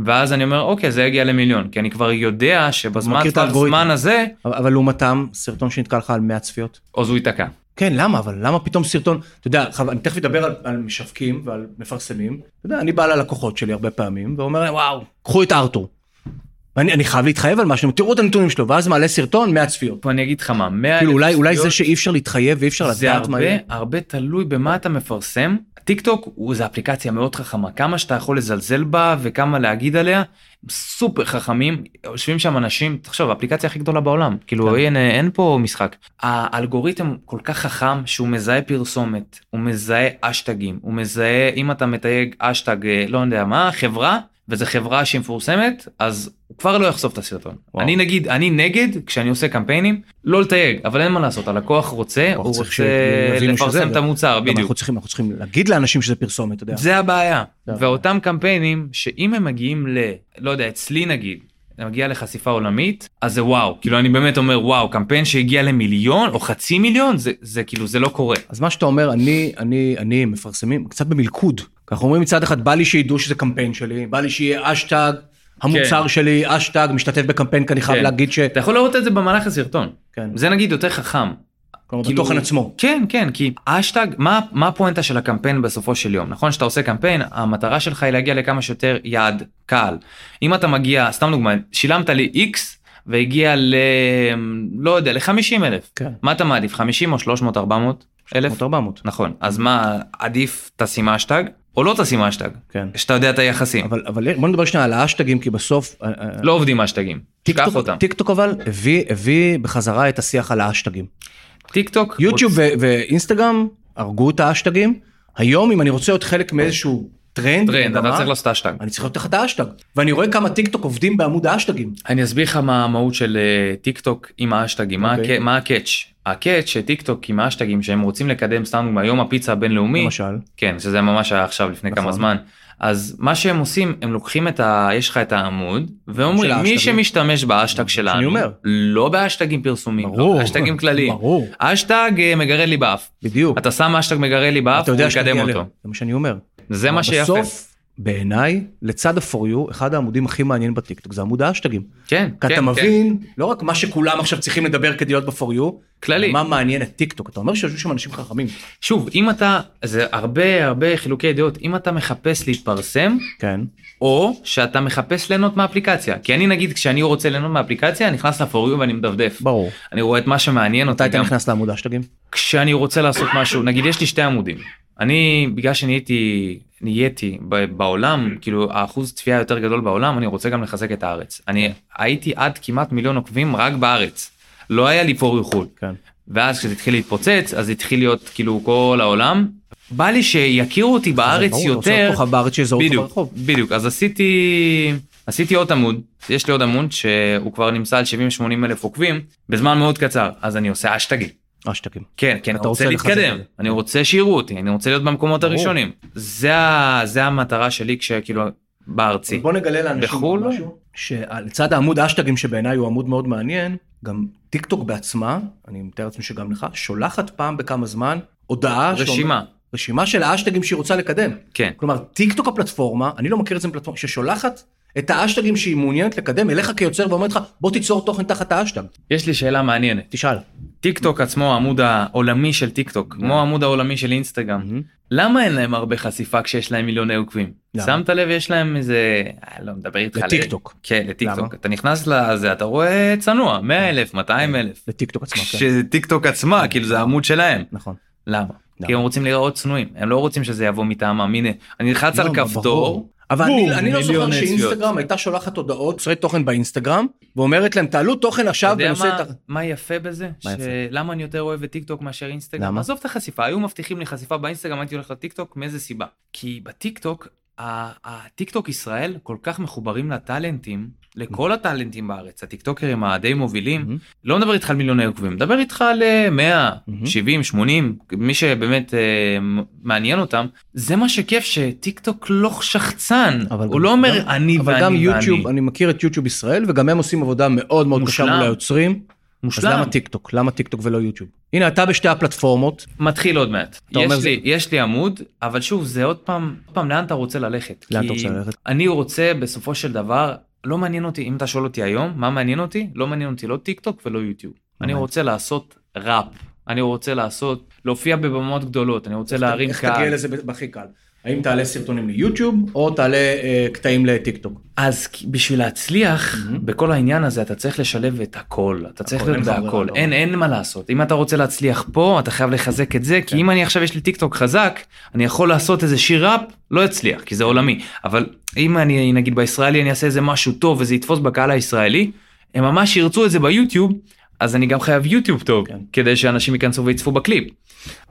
Speaker 2: ואז אני אומר אוקיי זה יגיע למיליון כי אני כבר יודע שבזמן
Speaker 1: מכיר את
Speaker 2: טווח
Speaker 1: האלגוריתם.
Speaker 2: זמן הזה
Speaker 1: אבל- אבל לעומתם, סרטון שנתקע לך על 100 צפיות.
Speaker 2: אז הוא ייתקע.
Speaker 1: כן, למה? אבל למה פתאום סרטון, אתה יודע, חב- אני תכף אדבר על, על משווקים ועל מפרסמים, אתה יודע, אני בא ללקוחות שלי הרבה פעמים ואומר להם, וואו, קחו את ארתור. ואני אני חייב להתחייב על משהו, תראו את הנתונים שלו, ואז מעלה סרטון 100 צפיות.
Speaker 2: פה אני אגיד לך מה, 100
Speaker 1: כאילו
Speaker 2: אלף
Speaker 1: אולי, אולי זה
Speaker 2: צפיות,
Speaker 1: שאי אפשר להתחייב ואי אפשר
Speaker 2: זה
Speaker 1: לדעת מה...
Speaker 2: הרבה, הרבה תלוי במה אתה מפרסם. טיק טוק הוא זה אפליקציה מאוד חכמה, כמה שאתה יכול לזלזל בה וכמה להגיד עליה, סופר חכמים, יושבים שם אנשים, תחשוב, האפליקציה הכי גדולה בעולם, כאילו
Speaker 1: כן.
Speaker 2: אין, אין פה משחק. האלגוריתם כל כך חכם שהוא מזהה פרסומת, הוא מזהה אשטגים, הוא מזהה אם אתה מתייג אשטג אה, לא יודע מה, חברה. וזו חברה שהיא מפורסמת אז הוא כבר לא יחשוף את הסרטון.
Speaker 1: וואו.
Speaker 2: אני נגיד אני נגד כשאני עושה קמפיינים לא לתייג אבל אין מה לעשות הלקוח רוצה הוא
Speaker 1: צריך
Speaker 2: רוצה
Speaker 1: שיבינו שזה,
Speaker 2: לפרסם את המוצר
Speaker 1: גם
Speaker 2: בדיוק
Speaker 1: אנחנו צריכים, אנחנו צריכים להגיד לאנשים שזה פרסומת, אתה יודע.
Speaker 2: זה הבעיה
Speaker 1: זה הבעיה.
Speaker 2: ואותם קמפיינים שאם הם מגיעים ל... לא יודע אצלי נגיד. זה מגיע לחשיפה עולמית אז זה וואו כאילו אני באמת אומר וואו קמפיין שהגיע למיליון או חצי מיליון זה זה כאילו זה לא קורה
Speaker 1: אז מה שאתה אומר, אני, אני, אני, מפרסמים קצת במלכוד. ככה אומרים מצד אחד, בא לי שידעו שזה קמפיין שלי, בא לי שיהיה אשטג, המוצר
Speaker 2: כן.
Speaker 1: שלי, אשטג, משתתף בקמפיין, כי אני חייב
Speaker 2: כן.
Speaker 1: להגיד ש...
Speaker 2: אתה יכול לראות את זה במהלך הסרטון
Speaker 1: כן,
Speaker 2: זה נגיד יותר חכם
Speaker 1: כלומר,
Speaker 2: כאילו-
Speaker 1: בתוכן עצמו.
Speaker 2: כן כן כי האשטג מה מה הפואנטה של הקמפיין בסופו של יום נכון שאתה עושה קמפיין המטרה שלך היא להגיע לכמה שיותר יעד קהל אם אתה מגיע סתם דוגמא שילמת לי איקס והגיע ל... לא יודע ל-50 אלף
Speaker 1: כן.
Speaker 2: מה אתה מעדיף 50 או 300 400 אלף
Speaker 1: 400.
Speaker 2: נכון אז מה עדיף תשים אשטג או לא תשים אשטג
Speaker 1: כן.
Speaker 2: שאתה יודע את היחסים
Speaker 1: אבל, אבל בוא נדבר שנייה על האשטגים, כי בסוף... אה, אה,
Speaker 2: לא עובדים אשטגים
Speaker 1: טיק
Speaker 2: שכח
Speaker 1: טוק-
Speaker 2: אותם
Speaker 1: טיק טוק אבל הביא, הביא בחזרה את השיח על האשטגים.
Speaker 2: טיק טוק
Speaker 1: יוטיוב ו- ואינסטגרם הרגו את האשטגים. היום אם אני רוצה להיות חלק מאיזשהו טרנד,
Speaker 2: טרנד אתה
Speaker 1: במה,
Speaker 2: צריך לעשות אשטג.
Speaker 1: אני צריך להיות תחת האשטג. ואני רואה כמה טיק טוק עובדים בעמוד האשטגים.
Speaker 2: אני אסביר לך מה המהות של אה, טיק טוק עם האשטגים מה
Speaker 1: אוקיי.
Speaker 2: הק- מה הקאץ' הקאץ' שטיק טוק עם האשטגים שהם רוצים לקדם סתם דוגמא, יום הפיצה הבינלאומי
Speaker 1: למשל.
Speaker 2: כן שזה ממש היה עכשיו לפני
Speaker 1: נכון.
Speaker 2: כמה זמן אז מה שהם עושים הם לוקחים את ה... יש לך את העמוד ואומרים
Speaker 1: של
Speaker 2: מי
Speaker 1: האשטגים.
Speaker 2: שמשתמש באשטג
Speaker 1: שאני
Speaker 2: שלנו
Speaker 1: אומר.
Speaker 2: לא באשטגים פרסומים
Speaker 1: ברור.
Speaker 2: לא באשטגים כלליים
Speaker 1: ברור.
Speaker 2: אשטג אה, מגרד לי באף
Speaker 1: בדיוק.
Speaker 2: אתה שם אשטג מגרד לי באף
Speaker 1: אתה
Speaker 2: הוא
Speaker 1: יודע שאתה
Speaker 2: יקדם
Speaker 1: מגיע
Speaker 2: אותו
Speaker 1: אליהם. אוקיי, זה מה שאני אומר.
Speaker 2: זה מה שיפה
Speaker 1: בסוף, בעיניי, לצד ה-for you, אחד העמודים הכי מעניין בטיקטוק זה עמוד האשטגים.
Speaker 2: כן
Speaker 1: כי אתה
Speaker 2: כן, כן.
Speaker 1: מבין, לא רק מה שכולם עכשיו צריכים לדבר כדי להיות ב-for you,
Speaker 2: כללי.
Speaker 1: מה מעניין את טיקטוק. אתה אומר שיושבים שם אנשים חכמים.
Speaker 2: שוב אם אתה זה הרבה הרבה חילוקי דעות אם אתה מחפש להתפרסם
Speaker 1: כן.
Speaker 2: או שאתה מחפש ליהנות מהאפליקציה כי אני נגיד כשאני רוצה ליהנות מהאפליקציה אני נכנס לפוריו ואני מדפדף
Speaker 1: ברור.
Speaker 2: אני רואה את מה שמעניין
Speaker 1: מתי
Speaker 2: אותי
Speaker 1: אתה
Speaker 2: גם
Speaker 1: נכנס לעמוד האשטגים?
Speaker 2: כשאני רוצה לעשות משהו נגיד יש לי שתי עמודים אני בגלל שנהייתי נהייתי ב- בעולם כאילו האחוז צפייה יותר גדול בעולם אני רוצה גם לחזק את הארץ אני הייתי עד כמעט מיליון עוקבים רק בארץ לא היה לי פוריו חו"ל.
Speaker 1: כן.
Speaker 2: ואז כשזה התחיל להתפוצץ אז התחיל להיות כאילו כל העולם. בא לי שיכירו אותי בארץ
Speaker 1: ברור, אתה רוצה
Speaker 2: יותר.
Speaker 1: להיות כוכב בארץ שיזהו אותך
Speaker 2: בדיוק,
Speaker 1: ברחוב.
Speaker 2: בדיוק. אז עשיתי עשיתי עוד עמוד יש לי עוד עמוד שהוא כבר נמצא על 70-80 אלף עוקבים בזמן מאוד קצר אז אני עושה אשטגים.
Speaker 1: אשטגים.
Speaker 2: כן כן
Speaker 1: אתה
Speaker 2: אתה רוצה
Speaker 1: רוצה לחזק
Speaker 2: להתקדם
Speaker 1: את זה.
Speaker 2: אני רוצה שיראו אותי אני רוצה להיות במקומות
Speaker 1: ברור.
Speaker 2: הראשונים זה ה- זה המטרה שלי כשכאילו בארצי.
Speaker 1: בוא נגלה לאנשים
Speaker 2: בחו"ל?
Speaker 1: משהו. שלצד העמוד אשטגים שבעיניי הוא עמוד מאוד מעניין, גם טיק טוק בעצמה, אני מתאר לעצמי שגם לך, שולחת פעם בכמה זמן הודעה.
Speaker 2: רשימה
Speaker 1: שאומר- רשימה של האשטגים שהיא רוצה לקדם.
Speaker 2: כן
Speaker 1: כלומר, טיק טוק הפלטפורמה, אני לא מכיר את זה מפלטפורמה, ששולחת את האשטגים שהיא מעוניינת לקדם אליך כיוצר ואומרת לך, בוא תיצור תוכן תחת האשטג.
Speaker 2: יש לי שאלה מעניינת
Speaker 1: תשאל.
Speaker 2: טיק טוק עצמו העמוד העולמי של טיק טוק
Speaker 1: אה.
Speaker 2: כמו העמוד העולמי של אינסטגרם למה אין להם הרבה חשיפה כשיש להם מיליוני עוקבים?
Speaker 1: למה?
Speaker 2: שמת לב יש להם איזה... אה, לא מדבר איתך. על-
Speaker 1: לטיקטוק.
Speaker 2: כן לטיקטוק.
Speaker 1: למה?
Speaker 2: אתה נכנס לזה אתה רואה צנוע 100 אלף 200 אלף.
Speaker 1: לטיק טוק עצמה, כן.
Speaker 2: שזה טיק טוק עצמה כאילו זה העמוד שלהם.
Speaker 1: נכון.
Speaker 2: למה?
Speaker 1: למה?
Speaker 2: כי הם רוצים להיראות צנועים הם לא רוצים שזה יבוא מטעמם הנה אני נלחץ על
Speaker 1: לא,
Speaker 2: כפתור.
Speaker 1: ברור. אבל
Speaker 2: בום,
Speaker 1: אני, אני לא זוכר
Speaker 2: מיליון
Speaker 1: שאינסטגרם
Speaker 2: צפיות.
Speaker 1: הייתה שולחת הודעות, יוצרי תוכן באינסטגרם, ואומרת להם, תעלו תוכן
Speaker 2: אתה
Speaker 1: עכשיו
Speaker 2: יודע
Speaker 1: בנושא...
Speaker 2: מה-
Speaker 1: ת-
Speaker 2: מה יפה בזה?
Speaker 1: מה יפה?
Speaker 2: למה אני יותר אוהב את טיק טוק מאשר אינסטגרם?
Speaker 1: למה?
Speaker 2: עזוב את החשיפה היו מבטיחים לי חשיפה באינסטגרם הייתי הולך לטיק טוק מאיזה סיבה? כי בטיק טוק הטיק טוק ישראל כל כך מחוברים לטאלנטים לכל הטאלנטים בארץ הטיקטוקרים הדי מובילים
Speaker 1: מהמם.
Speaker 2: לא מדבר איתך על מיליוני עוקבים מדבר איתך על אה, 100
Speaker 1: מהמם.
Speaker 2: 70 80 מי שבאמת אה, מ- מעניין אותם זה מה שכיף שטיק טוק לא שחצן
Speaker 1: אבל
Speaker 2: הוא
Speaker 1: גם-
Speaker 2: לא אומר
Speaker 1: גם-
Speaker 2: אני
Speaker 1: אבל
Speaker 2: ואני
Speaker 1: גם יוטיוב,
Speaker 2: ואני
Speaker 1: אני מכיר את יוטיוב ישראל, וגם הם עושים עבודה מאוד מאוד קשה
Speaker 2: מושלם.
Speaker 1: מול היוצרים. אז
Speaker 2: מושלם
Speaker 1: למה טיק טוק? למה טיק טוק ולא יוטיוב? הנה, אתה בשתי הפלטפורמות,
Speaker 2: מתחיל עוד מעט.
Speaker 1: אתה אומר
Speaker 2: יש
Speaker 1: זה-
Speaker 2: לי, יש לי עמוד, אבל שוב, זה עוד פעם, עוד פעם, לאן אתה רוצה ללכת?
Speaker 1: לאן
Speaker 2: כי
Speaker 1: אתה רוצה ללכת?
Speaker 2: אני רוצה בסופו של דבר, לא מעניין אותי, אם אתה שואל אותי היום, מה מעניין אותי? לא מעניין אותי לא טיק טוק ולא יוטיוב. אני
Speaker 1: מעניין.
Speaker 2: רוצה לעשות ראפ, אני רוצה לעשות, להופיע בבמות גדולות, אני רוצה להרים
Speaker 1: איך תגיע
Speaker 2: קהל.
Speaker 1: לזה ב- בהכי קל? האם תעלה סרטונים ליוטיוב, או תעלה אה, קטעים לטיק טוק.
Speaker 2: אז כ- בשביל להצליח
Speaker 1: Mhm.
Speaker 2: בכל העניין הזה אתה צריך לשלב את הכל אתה צריך
Speaker 1: הכל,
Speaker 2: להיות
Speaker 1: אין לך ברירה,
Speaker 2: בהכל
Speaker 1: לא.
Speaker 2: אין אין מה לעשות אם אתה רוצה להצליח פה אתה חייב לחזק את זה
Speaker 1: כן.
Speaker 2: כי אם אני עכשיו יש לי טיק טוק חזק אני יכול לעשות איזה שיר ראפ לא אצליח כי זה עולמי אבל אם אני נגיד בישראלי אני אעשה איזה משהו טוב וזה יתפוס בקהל הישראלי הם ממש ירצו את זה ביוטיוב אז אני גם חייב יוטיוב טוב
Speaker 1: כן.
Speaker 2: כדי שאנשים ייכנסו ויצפו בקליפ.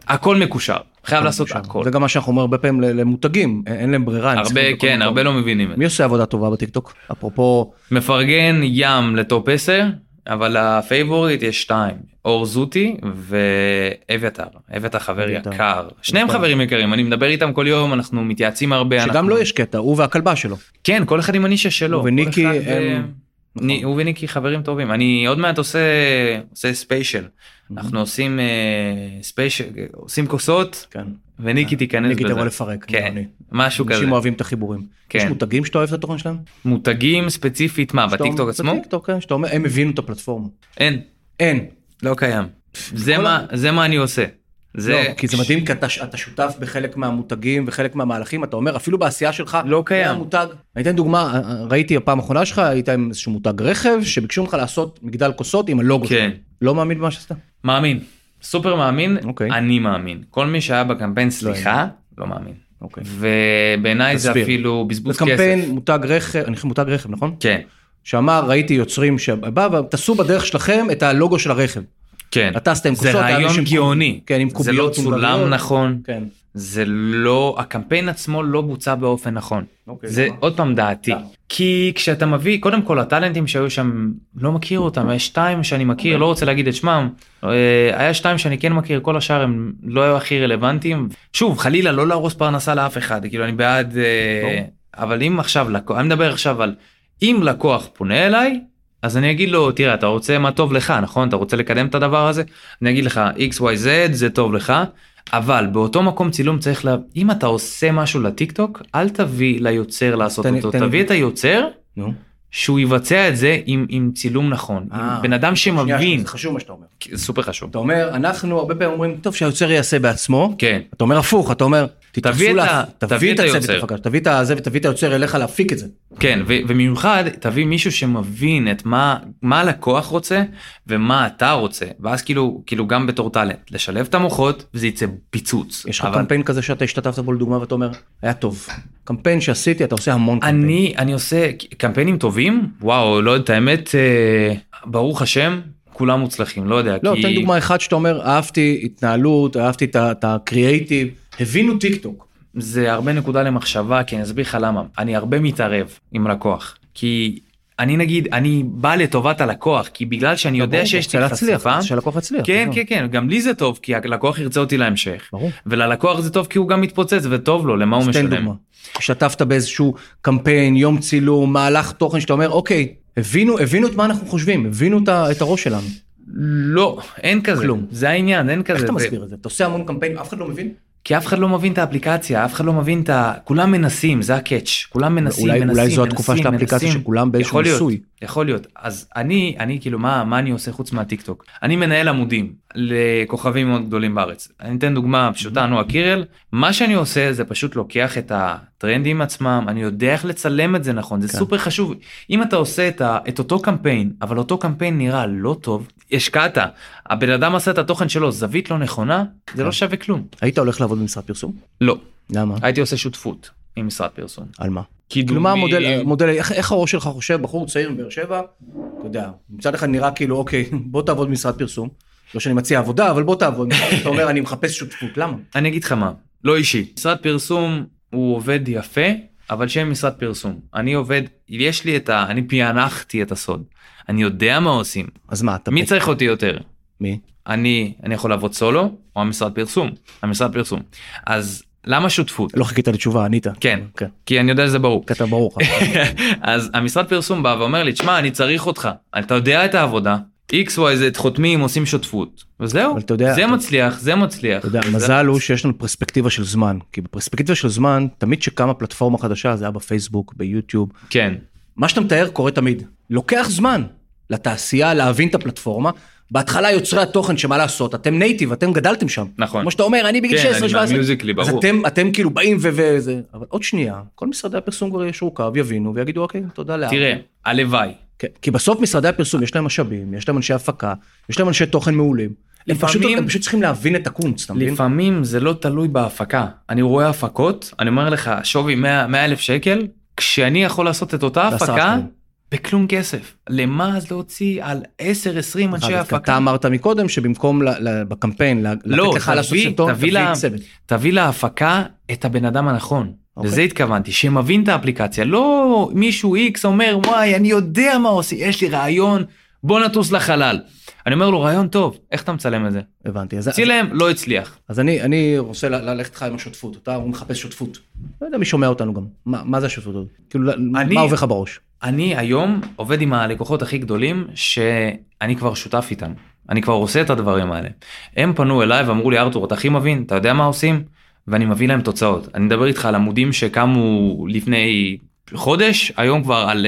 Speaker 2: הכל מקושר חייב לא לעשות
Speaker 1: שם.
Speaker 2: הכל
Speaker 1: זה גם מה שאנחנו אומרים הרבה פעמים ל- למותגים, אה, אין- אין להם ברירה. הם צריכים
Speaker 2: הרבה
Speaker 1: להיות בכל
Speaker 2: כן
Speaker 1: מקום.
Speaker 2: הרבה לא מבינים את זה.
Speaker 1: מי עושה עבודה טובה בטיקטוק? אפרופו,
Speaker 2: מפרגן ים לטופ 10 אבל הפייבוריט יש שתיים אור זוטי ואביתר אביתר חבר
Speaker 1: אביתר.
Speaker 2: יקר שניהם חברים יקרים אני מדבר איתם כל יום אנחנו מתייעצים הרבה
Speaker 1: שגם
Speaker 2: כן, אנחנו...
Speaker 1: לו יש קטע, הוא והכלבה שלו.
Speaker 2: כן כל אחד עם הנישה שלו
Speaker 1: הוא וניקי
Speaker 2: כל אחד, אה,
Speaker 1: הם-
Speaker 2: ני-
Speaker 1: נכון.
Speaker 2: הוא וניקי חברים טובים אני עוד מעט עושה עושה ספיישל אנחנו עושים אה, ספיישל עושים כוסות
Speaker 1: כן.
Speaker 2: וניקי תיכנס
Speaker 1: ניקי
Speaker 2: בזה
Speaker 1: תבוא לפרק.
Speaker 2: כן,
Speaker 1: אני.
Speaker 2: משהו כזה
Speaker 1: אנשים אוהבים את החיבורים.
Speaker 2: כן.
Speaker 1: יש מותגים שאתה אוהב את התוכן שלהם?
Speaker 2: מותגים ספציפית מה
Speaker 1: שאתה-
Speaker 2: בטיקטוק עצמו
Speaker 1: בטיקטוק, כן, שאתה אומר, הם הבינו את הפלטפורמה.
Speaker 2: אין
Speaker 1: אין.
Speaker 2: לא קיים. זה
Speaker 1: כל
Speaker 2: מה זה מה אני עושה. זה
Speaker 1: לא, כי זה מדהים, כי אתה, אתה שותף בחלק מהמותגים וחלק מהמהלכים, אתה אומר, אפילו בעשייה שלך,
Speaker 2: לא קיים.
Speaker 1: זה המותג. אני אתן דוגמה, אה, ראיתי הפעם האחרונה שלך, היית עם איזשהו מותג רכב, שביקשו ממך לעשות מגדל כוסות עם הלוגו.
Speaker 2: כן.
Speaker 1: שלו. לא מאמין במה שעשית?
Speaker 2: מאמין. סופר מאמין.
Speaker 1: אוקיי.
Speaker 2: אני מאמין. כל מי שהיה בקמפיין סליחה לא מאמין.
Speaker 1: אוקיי.
Speaker 2: ובעיניי זה
Speaker 1: תסביר.
Speaker 2: אפילו בזבוז כסף.
Speaker 1: בקמפיין מותג רכב, אני חושב מותג רכב, נכון?
Speaker 2: כן.
Speaker 1: שאמר, ראיתי יוצרים שבא, ותעשו בדרך שלכם את הלוגו של הרכב.
Speaker 2: כן.
Speaker 1: אתה עשית עם כוסות,
Speaker 2: זה
Speaker 1: היה
Speaker 2: רעיון
Speaker 1: מישהו עם
Speaker 2: גאוני.
Speaker 1: קוב- כן, עם
Speaker 2: זה לא
Speaker 1: קוביות
Speaker 2: צולם
Speaker 1: ענגליות.
Speaker 2: נכון.
Speaker 1: כן.
Speaker 2: זה לא הקמפיין עצמו לא בוצע באופן נכון.
Speaker 1: אוקיי,
Speaker 2: זה
Speaker 1: למה?
Speaker 2: עוד פעם דעתי
Speaker 1: למה?
Speaker 2: כי כשאתה מביא קודם כל הטאלנטים שהיו שם לא מכיר אותם יש שתיים שאני
Speaker 1: אוקיי.
Speaker 2: מכיר לא רוצה להגיד את שמם אה, היה שתיים שאני כן מכיר כל השאר הם לא היו הכי רלוונטיים שוב חלילה לא להרוס פרנסה לאף אחד כאילו אני בעד אה,
Speaker 1: ברור.
Speaker 2: אבל אם עכשיו לקוח אני מדבר עכשיו על אם לקוח פונה אליי. אז אני אגיד לו תראה אתה רוצה מה טוב לך נכון אתה רוצה לקדם את הדבר הזה אני אגיד לך xyz זה טוב לך אבל באותו מקום צילום צריך לה אם אתה עושה משהו לטיק טוק אל תביא ליוצר לעשות
Speaker 1: תן-
Speaker 2: אותו
Speaker 1: תן-
Speaker 2: תביא את היוצר
Speaker 1: נו.
Speaker 2: שהוא יבצע את זה עם, עם צילום נכון
Speaker 1: אה.
Speaker 2: עם בן אדם
Speaker 1: שנייה,
Speaker 2: שמבין
Speaker 1: זה חשוב מה שאתה אומר.
Speaker 2: כי זה סופר חשוב
Speaker 1: אתה אומר, אנחנו הרבה פעמים אומרים, טוב שהיוצר יעשה בעצמו.
Speaker 2: כן
Speaker 1: אתה אומר הפוך, אתה אומר, תתייחסו
Speaker 2: את
Speaker 1: לה-
Speaker 2: ה- תביא את
Speaker 1: הצוות
Speaker 2: היוצר.
Speaker 1: הפקה, תביא את הזה ותביא את היוצר אליך להפיק את זה.
Speaker 2: כן ו- ובמיוחד תביא מישהו שמבין את מה מה הלקוח רוצה ומה אתה רוצה ואז כאילו כאילו גם בתור טאלנט לשלב את המוחות וזה יצא פיצוץ.
Speaker 1: יש לך
Speaker 2: אבל
Speaker 1: קמפיין כזה שאתה השתתפת בו לדוגמה ואתה אומר, היה טוב. קמפיין שעשיתי, אתה עושה המון קמפיין.
Speaker 2: אני אני עושה קמפיינים טובים וואו לא יודע את האמת אה, ברוך השם כולם מוצלחים לא יודע
Speaker 1: לא,
Speaker 2: כי
Speaker 1: תן דוגמה אחת שאתה אומר, אהבתי התנהלות, אהבתי את ה- את הקריאייטיב, הבינו טיק טוק.
Speaker 2: זה הרבה נקודה למחשבה כי אני אסביר לך למה אני הרבה מתערב עם לקוח כי אני נגיד אני בא לטובת הלקוח כי בגלל שאני יודע שיש לי חשיפה
Speaker 1: שהלקוח יצליח.
Speaker 2: כן
Speaker 1: נכון.
Speaker 2: כן כן גם לי זה טוב כי הלקוח ירצה אותי להמשך
Speaker 1: ברור.
Speaker 2: וללקוח זה טוב כי הוא גם מתפוצץ וטוב לו למה הוא
Speaker 1: אז תן
Speaker 2: לא משלם.
Speaker 1: דוגמה. השתתפת באיזשהו קמפיין, יום צילום, מהלך תוכן שאתה אומר, אוקיי, הבינו, הבינו את מה אנחנו חושבים, הבינו את ה- את הראש שלנו.
Speaker 2: לא אין כזה
Speaker 1: כלום.
Speaker 2: זה העניין אין כזה.
Speaker 1: איך אתה
Speaker 2: זה-
Speaker 1: מסביר את זה? אתה עושה המון קמפיינים, אף אחד לא מבין?
Speaker 2: כי אף אחד לא מבין את האפליקציה, אף אחד לא מבין את ה... כולם מנסים, זה הקאץ', כולם מנסים,
Speaker 1: אולי-
Speaker 2: מנסים,
Speaker 1: אולי זו
Speaker 2: מנסים,
Speaker 1: התקופה של האפליקציה
Speaker 2: מנסים.
Speaker 1: שכולם באיזשהו
Speaker 2: יכול להיות,
Speaker 1: ניסוי.
Speaker 2: יכול להיות. אז אני, אני כאילו, מה, מה אני עושה חוץ מהטיק טוק? אני מנהל עמודים לכוכבים מאוד גדולים בארץ. אני אתן דוגמה פשוטה, נועה קירל. מה שאני עושה זה פשוט לוקח את הטרנדים עצמם, אני יודע איך לצלם את זה נכון, זה
Speaker 1: כן.
Speaker 2: סופר חשוב. אם אתה עושה את, ה, את אותו קמפיין, אבל אותו קמפיין נראה לא טוב, השקעת, הבן אדם עשה את התוכן שלו, זווית לא נכונה, זה לא
Speaker 1: כן.
Speaker 2: שווה כלום.
Speaker 1: היית הולך לעבוד במשרד פרסום?
Speaker 2: לא.
Speaker 1: למה?
Speaker 2: הייתי עושה שותפות עם משרד פרסום.
Speaker 1: על מה? כאילו
Speaker 2: קידומים.
Speaker 1: מה המודל, המודל איך, איך הראש שלך חושב, בחור צעיר מבאר שבע, אתה יודע, מצד אחד נראה כאילו, אוקיי, בוא תעבוד במשרד פרסום, לא שאני מציע עבודה, אבל בוא תעבוד, אתה אומר, אני מחפש שותפות, למה?
Speaker 2: אני אגיד לך מה, לא אישי. משרד פרסום הוא עובד יפה, אבל שם משרד פרסום. אני עובד, יש לי את ה... אני פענחתי את הסוד. אני יודע מה עושים.
Speaker 1: אז מה, אתה...
Speaker 2: מי צריך אותי יותר?
Speaker 1: מי?
Speaker 2: אני, אני יכול לעבוד סולו, או המשרד פרסום. המשרד פרסום. אז למה שותפות?
Speaker 1: לא חיכית לתשובה, ענית.
Speaker 2: כן.
Speaker 1: כן,
Speaker 2: כי אני יודע שזה ברור.
Speaker 1: כי אתה ברור לך.
Speaker 2: אז המשרד פרסום בא ואומר לי, תשמע, אני צריך אותך. אתה יודע את העבודה. x y z חותמים עושים שותפות וזהו
Speaker 1: אבל אתה יודע-
Speaker 2: זה
Speaker 1: אתה-
Speaker 2: מצליח זה מצליח
Speaker 1: אתה יודע,
Speaker 2: וזה-
Speaker 1: מזל הוא שיש לנו פרספקטיבה של זמן, כי בפרספקטיבה של זמן, תמיד שקמה פלטפורמה חדשה, זה היה בפייסבוק, ביוטיוב,
Speaker 2: כן
Speaker 1: מה שאתה מתאר קורה תמיד. לוקח זמן לתעשייה להבין את הפלטפורמה, בהתחלה יוצרי התוכן שמה לעשות, אתם נייטיב, אתם גדלתם שם.
Speaker 2: נכון.
Speaker 1: כמו שאתה אומר, אני בגיל
Speaker 2: כן,
Speaker 1: 16-17.
Speaker 2: אני מהמיוזיקלי,
Speaker 1: אז
Speaker 2: ברור.
Speaker 1: אתם, אתם כאילו באים ו- וזה, אבל עוד שנייה, כל משרדי הפרסום כבר ישרו קו, יבינו ויגידו, אוקיי, תודה לאב.
Speaker 2: תראה, הלוואי.
Speaker 1: כן, כי בסוף משרדי הפרסום יש להם משאבים, יש להם אנשי הפקה, יש להם אנשי תוכן מעולים. הם פשוט,
Speaker 2: לפעמים-
Speaker 1: הם פשוט צריכים להבין את הקונץ, אתה מבין?
Speaker 2: לפעמים זה לא תלוי בהפקה. אני רואה הפקות, אני אומר לך, שווי 100 100,000 שקל, כשאני יכול לעשות את אותה
Speaker 1: בעשרה
Speaker 2: הפקה,
Speaker 1: שקלים.
Speaker 2: בכלום כסף. למה אז להוציא על 10-20 אנשי
Speaker 1: אבל אתה
Speaker 2: הפקה?
Speaker 1: אמרת מקודם שבמקום ל- ל- בקמפיין ל-
Speaker 2: לא,
Speaker 1: לתת לך לעשות
Speaker 2: תביא-
Speaker 1: סרטון,
Speaker 2: תביא
Speaker 1: תביא
Speaker 2: לה-
Speaker 1: צוות.
Speaker 2: תביא להפקה את הבן אדם הנכון.
Speaker 1: אוקיי.
Speaker 2: לזה התכוונתי, שמבין את האפליקציה. לא מישהו איקס אומר, וואי, אני יודע מה עושה, יש לי רעיון, בוא נטוס לחלל. אני אומר לו, רעיון טוב, איך אתה מצלם את זה?
Speaker 1: הבנתי. אז- אז-
Speaker 2: צילם, לא הצליח.
Speaker 1: אז אני, אני רוצה ל- ללכת לך עם השותפות, אתה הוא מחפש שותפות. לא יודע מי שומע אותנו גם, מה, מה זה השותפות הזאת? כאילו,
Speaker 2: אני-
Speaker 1: מה עובר לך בראש?
Speaker 2: אני היום עובד עם הלקוחות הכי גדולים שאני כבר שותף איתם. אני כבר עושה את הדברים האלה. הם פנו אליי ואמרו לי, ארתור, אתה הכי מבין, אתה יודע מה עושים? ואני מביא להם תוצאות. אני מדבר איתך על עמודים שקמו לפני חודש, היום כבר על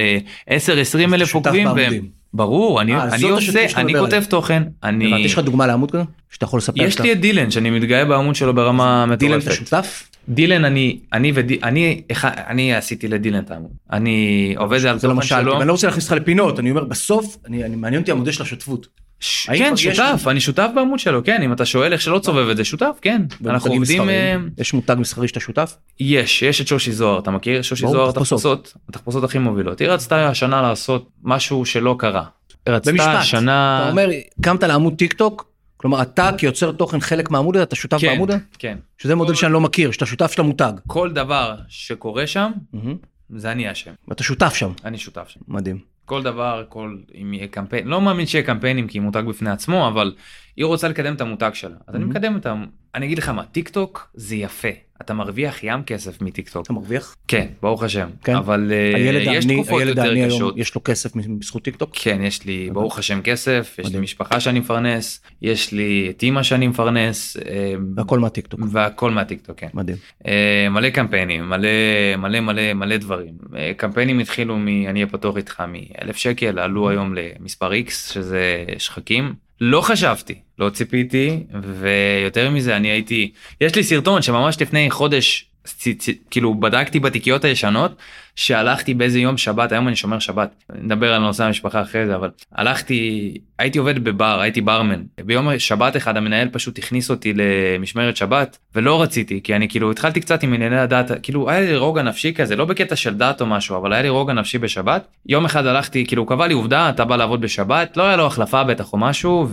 Speaker 2: 10-20
Speaker 1: אתה
Speaker 2: אלף
Speaker 1: שותף
Speaker 2: עוקבים.
Speaker 1: בעמודים.
Speaker 2: ברור, אני,
Speaker 1: אה,
Speaker 2: אני
Speaker 1: זאת
Speaker 2: עושה,
Speaker 1: השותפות שאתה
Speaker 2: אני
Speaker 1: מדבר
Speaker 2: כותב
Speaker 1: עליה.
Speaker 2: תוכן,
Speaker 1: הבנתי,
Speaker 2: אני...
Speaker 1: יש לך דוגמה לעמוד כזה? שאתה יכול לספר?
Speaker 2: יש
Speaker 1: שאתה-
Speaker 2: לי את דילן שאני מתגאה בעמוד שלו ברמה
Speaker 1: דילן אתה
Speaker 2: מטורפת.
Speaker 1: שותף?
Speaker 2: דילן אני אני ודי אני אחד- אני עשיתי לדילן את העמוד. אני עובד על
Speaker 1: זה לא
Speaker 2: תוכן
Speaker 1: מה שאלתי,
Speaker 2: שלו.
Speaker 1: ואני לא רוצה להכניס אותך לפינות, אני אומר, בסוף, אני, אני מעניין אותי המודל של השותפות.
Speaker 2: ש-
Speaker 1: האם
Speaker 2: כן
Speaker 1: כבר יש
Speaker 2: שותף אני שותף בעמוד שלו כן אם אתה שואל איך שלא צובב את זה שותף כן אנחנו
Speaker 1: במותגים
Speaker 2: עובדים אה,
Speaker 1: מסחריים. יש מותג מסחרי שאתה שותף?
Speaker 2: יש יש את שושי זוהר אתה מכיר שושי
Speaker 1: ברור,
Speaker 2: זוהר
Speaker 1: תחפושות.
Speaker 2: תחפושות התחפושות הכי מובילות היא רצתה השנה לעשות משהו שלא קרה. היא רצתה
Speaker 1: במשפט,
Speaker 2: השנה
Speaker 1: אתה אומר, קמת לעמוד טיק טוק, כלומר, אתה כיוצר תוכן חלק מהעמוד הזה, אתה שותף
Speaker 2: כן,
Speaker 1: בעמוד הזה?
Speaker 2: כן
Speaker 1: שזה מודל שאני לא מכיר, שאתה שותף של המותג.
Speaker 2: כל דבר שקורה שם
Speaker 1: מהמם.
Speaker 2: זה אני אשם
Speaker 1: ואתה שותף שם.
Speaker 2: אני שותף שם.
Speaker 1: מדהים.
Speaker 2: כל דבר, כל, אם יהיה קמפיין, לא מאמין שיהיה קמפיינים כי מותג בפני עצמו, אבל היא רוצה לקדם את המותג שלה. אז אני
Speaker 1: Mhm.
Speaker 2: מקדם את ה... אני אגיד לך מה, טיק טוק זה יפה. אתה מרוויח ים כסף מטיק טוק.
Speaker 1: אתה מרוויח?
Speaker 2: כן, ברוך השם.
Speaker 1: כן.
Speaker 2: אבל אה,
Speaker 1: הילד
Speaker 2: יש
Speaker 1: העני,
Speaker 2: תקופות
Speaker 1: הילד
Speaker 2: יותר
Speaker 1: העני
Speaker 2: קשות.
Speaker 1: היום, יש לו כסף בזכות טיקטוק?
Speaker 2: כן, יש לי, ברוך השם, כסף, יש לי
Speaker 1: מדהים.
Speaker 2: משפחה שאני מפרנס, יש לי את אימא שאני מפרנס, אה,
Speaker 1: והכל מהטיקטוק.
Speaker 2: והכל מהטיקטוק, כן.
Speaker 1: מדהים.
Speaker 2: אה, מלא קמפיינים, מלא מלא מלא מלא דברים. אה, קמפיינים התחילו מ... אני אהיה פתוח איתך מ-1,000 שקל, עלו היום למספר X, שזה שחקים. לא חשבתי, לא ציפיתי, ויותר מזה, אני הייתי... יש לי סרטון שממש לפני חודש, צ, צ, כאילו בדקתי בתיקיות הישנות, שהלכתי באיזה יום שבת, היום אני שומר שבת, נדבר על נושא המשפחה אחרי זה, אבל הלכתי, הייתי עובד בבר, הייתי ברמן. ביום שבת אחד המנהל פשוט הכניס אותי למשמרת שבת, ולא רציתי, כי אני כאילו התחלתי קצת עם ענייני הדת, כאילו היה לי רוגע נפשי כזה, לא בקטע של דת או משהו, אבל היה לי רוגע נפשי בשבת. יום אחד הלכתי, כאילו הוא קבע לי עובדה, אתה בא לעבוד בשבת, לא היה לו החלפה בטח או משהו,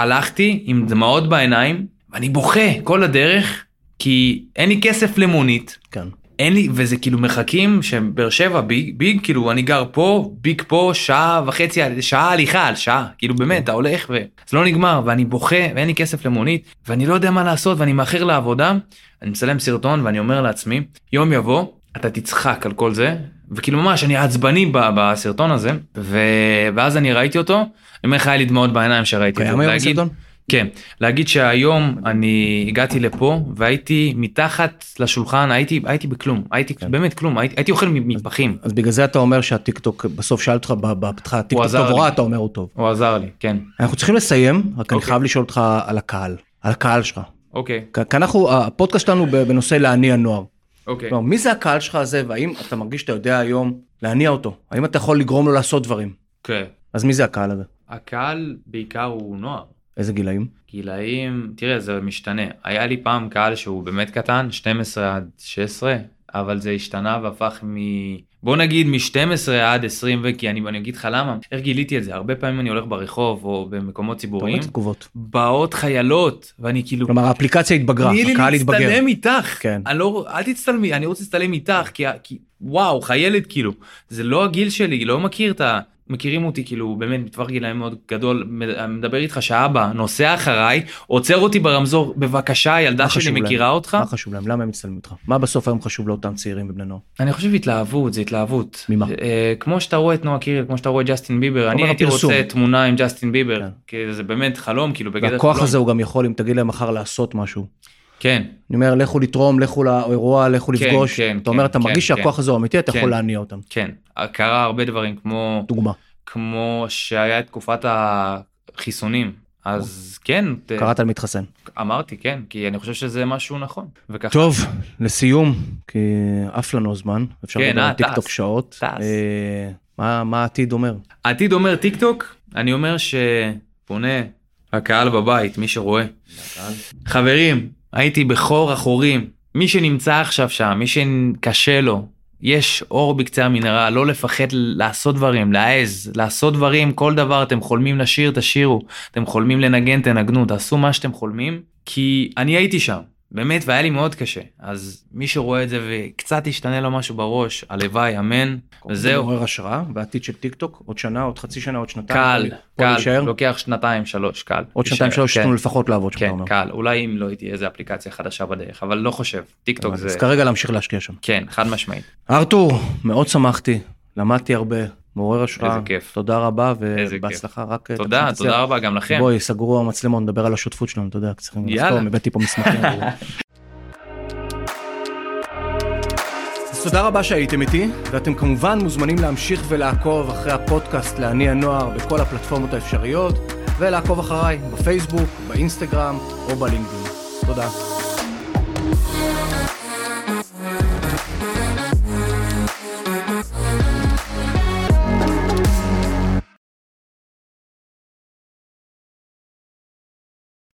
Speaker 2: והלכתי עם דמעות בעיניים, ואני בוכה כל הדרך, כי אין לי כסף למונית.
Speaker 1: כן.
Speaker 2: אין לי וזה כאילו מחכים שבאר שבע ביג ביג כאילו אני גר פה ביג פה שעה וחצי שעה הליכה על שעה כאילו באמת אתה הולך וזה לא נגמר ואני בוכה ואין לי כסף למונית ואני לא יודע מה לעשות ואני מאחר לעבודה אני מצלם סרטון ואני אומר לעצמי יום יבוא אתה תצחק על כל זה וכאילו ממש אני עצבני ב- בסרטון הזה ו... ואז אני ראיתי אותו אני אומר לך היה לי דמעות בעיניים שראיתי
Speaker 1: קיים היום
Speaker 2: להגיד-
Speaker 1: הסרטון?
Speaker 2: כן, להגיד שהיום אני הגעתי לפה והייתי מתחת לשולחן, הייתי, הייתי בכלום, הייתי כן. באמת כלום, הייתי, הייתי אוכל מפחים,
Speaker 1: אז בגלל זה אתה אומר שהטיקטוק, בסוף שאלתי אותך ב- בפתיחה, טיקטוק
Speaker 2: עזר
Speaker 1: טוב או רע,
Speaker 2: לי.
Speaker 1: אתה אומר הוא טוב.
Speaker 2: הוא עזר לי, כן,
Speaker 1: אנחנו צריכים לסיים, רק אני
Speaker 2: אוקיי.
Speaker 1: חייב לשאול אותך על הקהל, על הקהל שלך.
Speaker 2: אוקיי,
Speaker 1: כי כי אנחנו, הפודקאסט שלנו ב- בנושא להניע נוער. כן.
Speaker 2: אוקיי.
Speaker 1: כלומר, מי זה הקהל שלך הזה, והאם אתה מרגיש שאתה יודע היום להניע אותו? האם אתה יכול לגרום לו לעשות דברים?
Speaker 2: כן.
Speaker 1: אז מי זה הקהל הזה?
Speaker 2: הקהל בעיקר הוא נוער.
Speaker 1: איזה גילאים?
Speaker 2: גילאים, תראה זה משתנה, היה לי פעם קהל שהוא באמת קטן, 12 עד 16, אבל זה השתנה והפך מ... בוא נגיד מ-12 עד 20 וכי אני, אני אגיד לך למה, איך גיליתי את זה, הרבה פעמים אני הולך ברחוב או במקומות
Speaker 1: אתה רואה
Speaker 2: ציבוריים,
Speaker 1: את התגובות.
Speaker 2: באות חיילות ואני כאילו
Speaker 1: כלומר, האפליקציה התבגרה,
Speaker 2: תני לי
Speaker 1: הקהל התבגר.
Speaker 2: להצטלם איתך.
Speaker 1: כן.
Speaker 2: אני לא, אל תצטלמי, אני רוצה להצטלם איתך, כי, ה- כי וואו, חיילת כאילו. זה לא הגיל שלי, לא מכיר את ה... מכירים אותי כאילו באמת בטווח גילאים מאוד גדול, מד- מדבר איתך שאבא נוסע אחריי, עוצר אותי ברמזור, בבקשה, הילדה
Speaker 1: מה
Speaker 2: שלי
Speaker 1: חשוב להם?
Speaker 2: מכירה אותך.
Speaker 1: מה חשוב להם? למה הם מצטלמים איתך? מה בסוף היום חשוב לאותם צעירים ובני נוער?
Speaker 2: אני חושב התלהבות, זה התלהבות.
Speaker 1: ממה?
Speaker 2: אה, כמו שאתה רואה את נועה קירל, כמו שאתה רואה את ג'סטין ביבר, אני הייתי
Speaker 1: הפרסום.
Speaker 2: רוצה תמונה עם ג'סטין ביבר,
Speaker 1: כן.
Speaker 2: כי זה באמת חלום, כאילו בגדר
Speaker 1: והכוח
Speaker 2: חלום.
Speaker 1: הזה הוא גם יכול, אם תגיד להם מחר לעשות משהו.
Speaker 2: כן.
Speaker 1: אני אומר, לכו לתרום, לכו לאירוע, לכו
Speaker 2: כן,
Speaker 1: לפגוש.
Speaker 2: כן,
Speaker 1: אתה אומר,
Speaker 2: כן,
Speaker 1: אתה
Speaker 2: כן,
Speaker 1: מרגיש
Speaker 2: כן.
Speaker 1: שהכוח הזה הוא אמיתי, אתה
Speaker 2: כן.
Speaker 1: יכול להניע אותם.
Speaker 2: כן, קרה הרבה דברים כמו
Speaker 1: דוגמה.
Speaker 2: כמו שהיה את תקופת ה... חיסונים. אז כן, ת-
Speaker 1: קראת על מתחסן.
Speaker 2: אמרתי כן, כי אני חושב שזה משהו נכון. וככה,
Speaker 1: טוב, לסיום, כי עף לנו הזמן, אפשר
Speaker 2: כן,
Speaker 1: לדבר על
Speaker 2: אה,
Speaker 1: טיק טוק
Speaker 2: טס.
Speaker 1: שעות.
Speaker 2: טס.
Speaker 1: אה, מה מה העתיד אומר?
Speaker 2: העתיד אומר טיק טוק, אני אומר שפונה לקהל בבית, מי שרואה. חברים, הייתי בחור החורים. מי שנמצא עכשיו שם, מי שקשה לו, יש אור בקצה המנהרה, לא לפחד לעשות דברים, להעז, לעשות דברים, כל דבר, אתם חולמים לשיר, תשירו, אתם חולמים לנגן, תנגנו, תעשו מה שאתם חולמים, כי אני הייתי שם, באמת, והיה לי מאוד קשה. אז מי שרואה את זה וקצת ישתנה לו משהו בראש, הלוואי, אמן, וזהו.
Speaker 1: מעורר השראה, והעתיד של טיק טוק, עוד שנה, עוד חצי שנה, עוד שנתיים.
Speaker 2: קל,
Speaker 1: פה
Speaker 2: קל,
Speaker 1: להישאר?
Speaker 2: לוקח שנתיים שלוש, קל.
Speaker 1: עוד שנתיים
Speaker 2: להישאר,
Speaker 1: שלוש
Speaker 2: כן,
Speaker 1: שתנו לפחות לעבוד שם. אתה
Speaker 2: כן,
Speaker 1: אומר.
Speaker 2: קל, אולי אם לא תהיה איזה אפליקציה חדשה בדרך, אבל לא חושב, טיק טוק
Speaker 1: אז
Speaker 2: זה,
Speaker 1: כרגע להמשיך להשקיע שם.
Speaker 2: כן, חד משמעית.
Speaker 1: ארתור, מאוד שמחתי, למדתי הרבה, מעורר השראה.
Speaker 2: איזה כיף.
Speaker 1: תודה רבה
Speaker 2: איזה כיף.
Speaker 1: ובהצלחה, רק... אה,
Speaker 2: תודה,
Speaker 1: תמשיך
Speaker 2: תודה
Speaker 1: להצליח.
Speaker 2: רבה גם לכם.
Speaker 1: בואי, סגרו המצלמות, נדבר על השותפות שלנו, אתה יודע, צריכים
Speaker 2: יאללה.
Speaker 1: לזכור, הבאתי פה מסמכים. אז תודה רבה שהייתם איתי, ואתם כמובן מוזמנים להמשיך ולעקוב אחרי הפודקאסט לעני הנוער בכל הפלטפורמות האפשריות, ולעקוב אחריי בפייסבוק, באינסטגרם או בלינקדאין. תודה.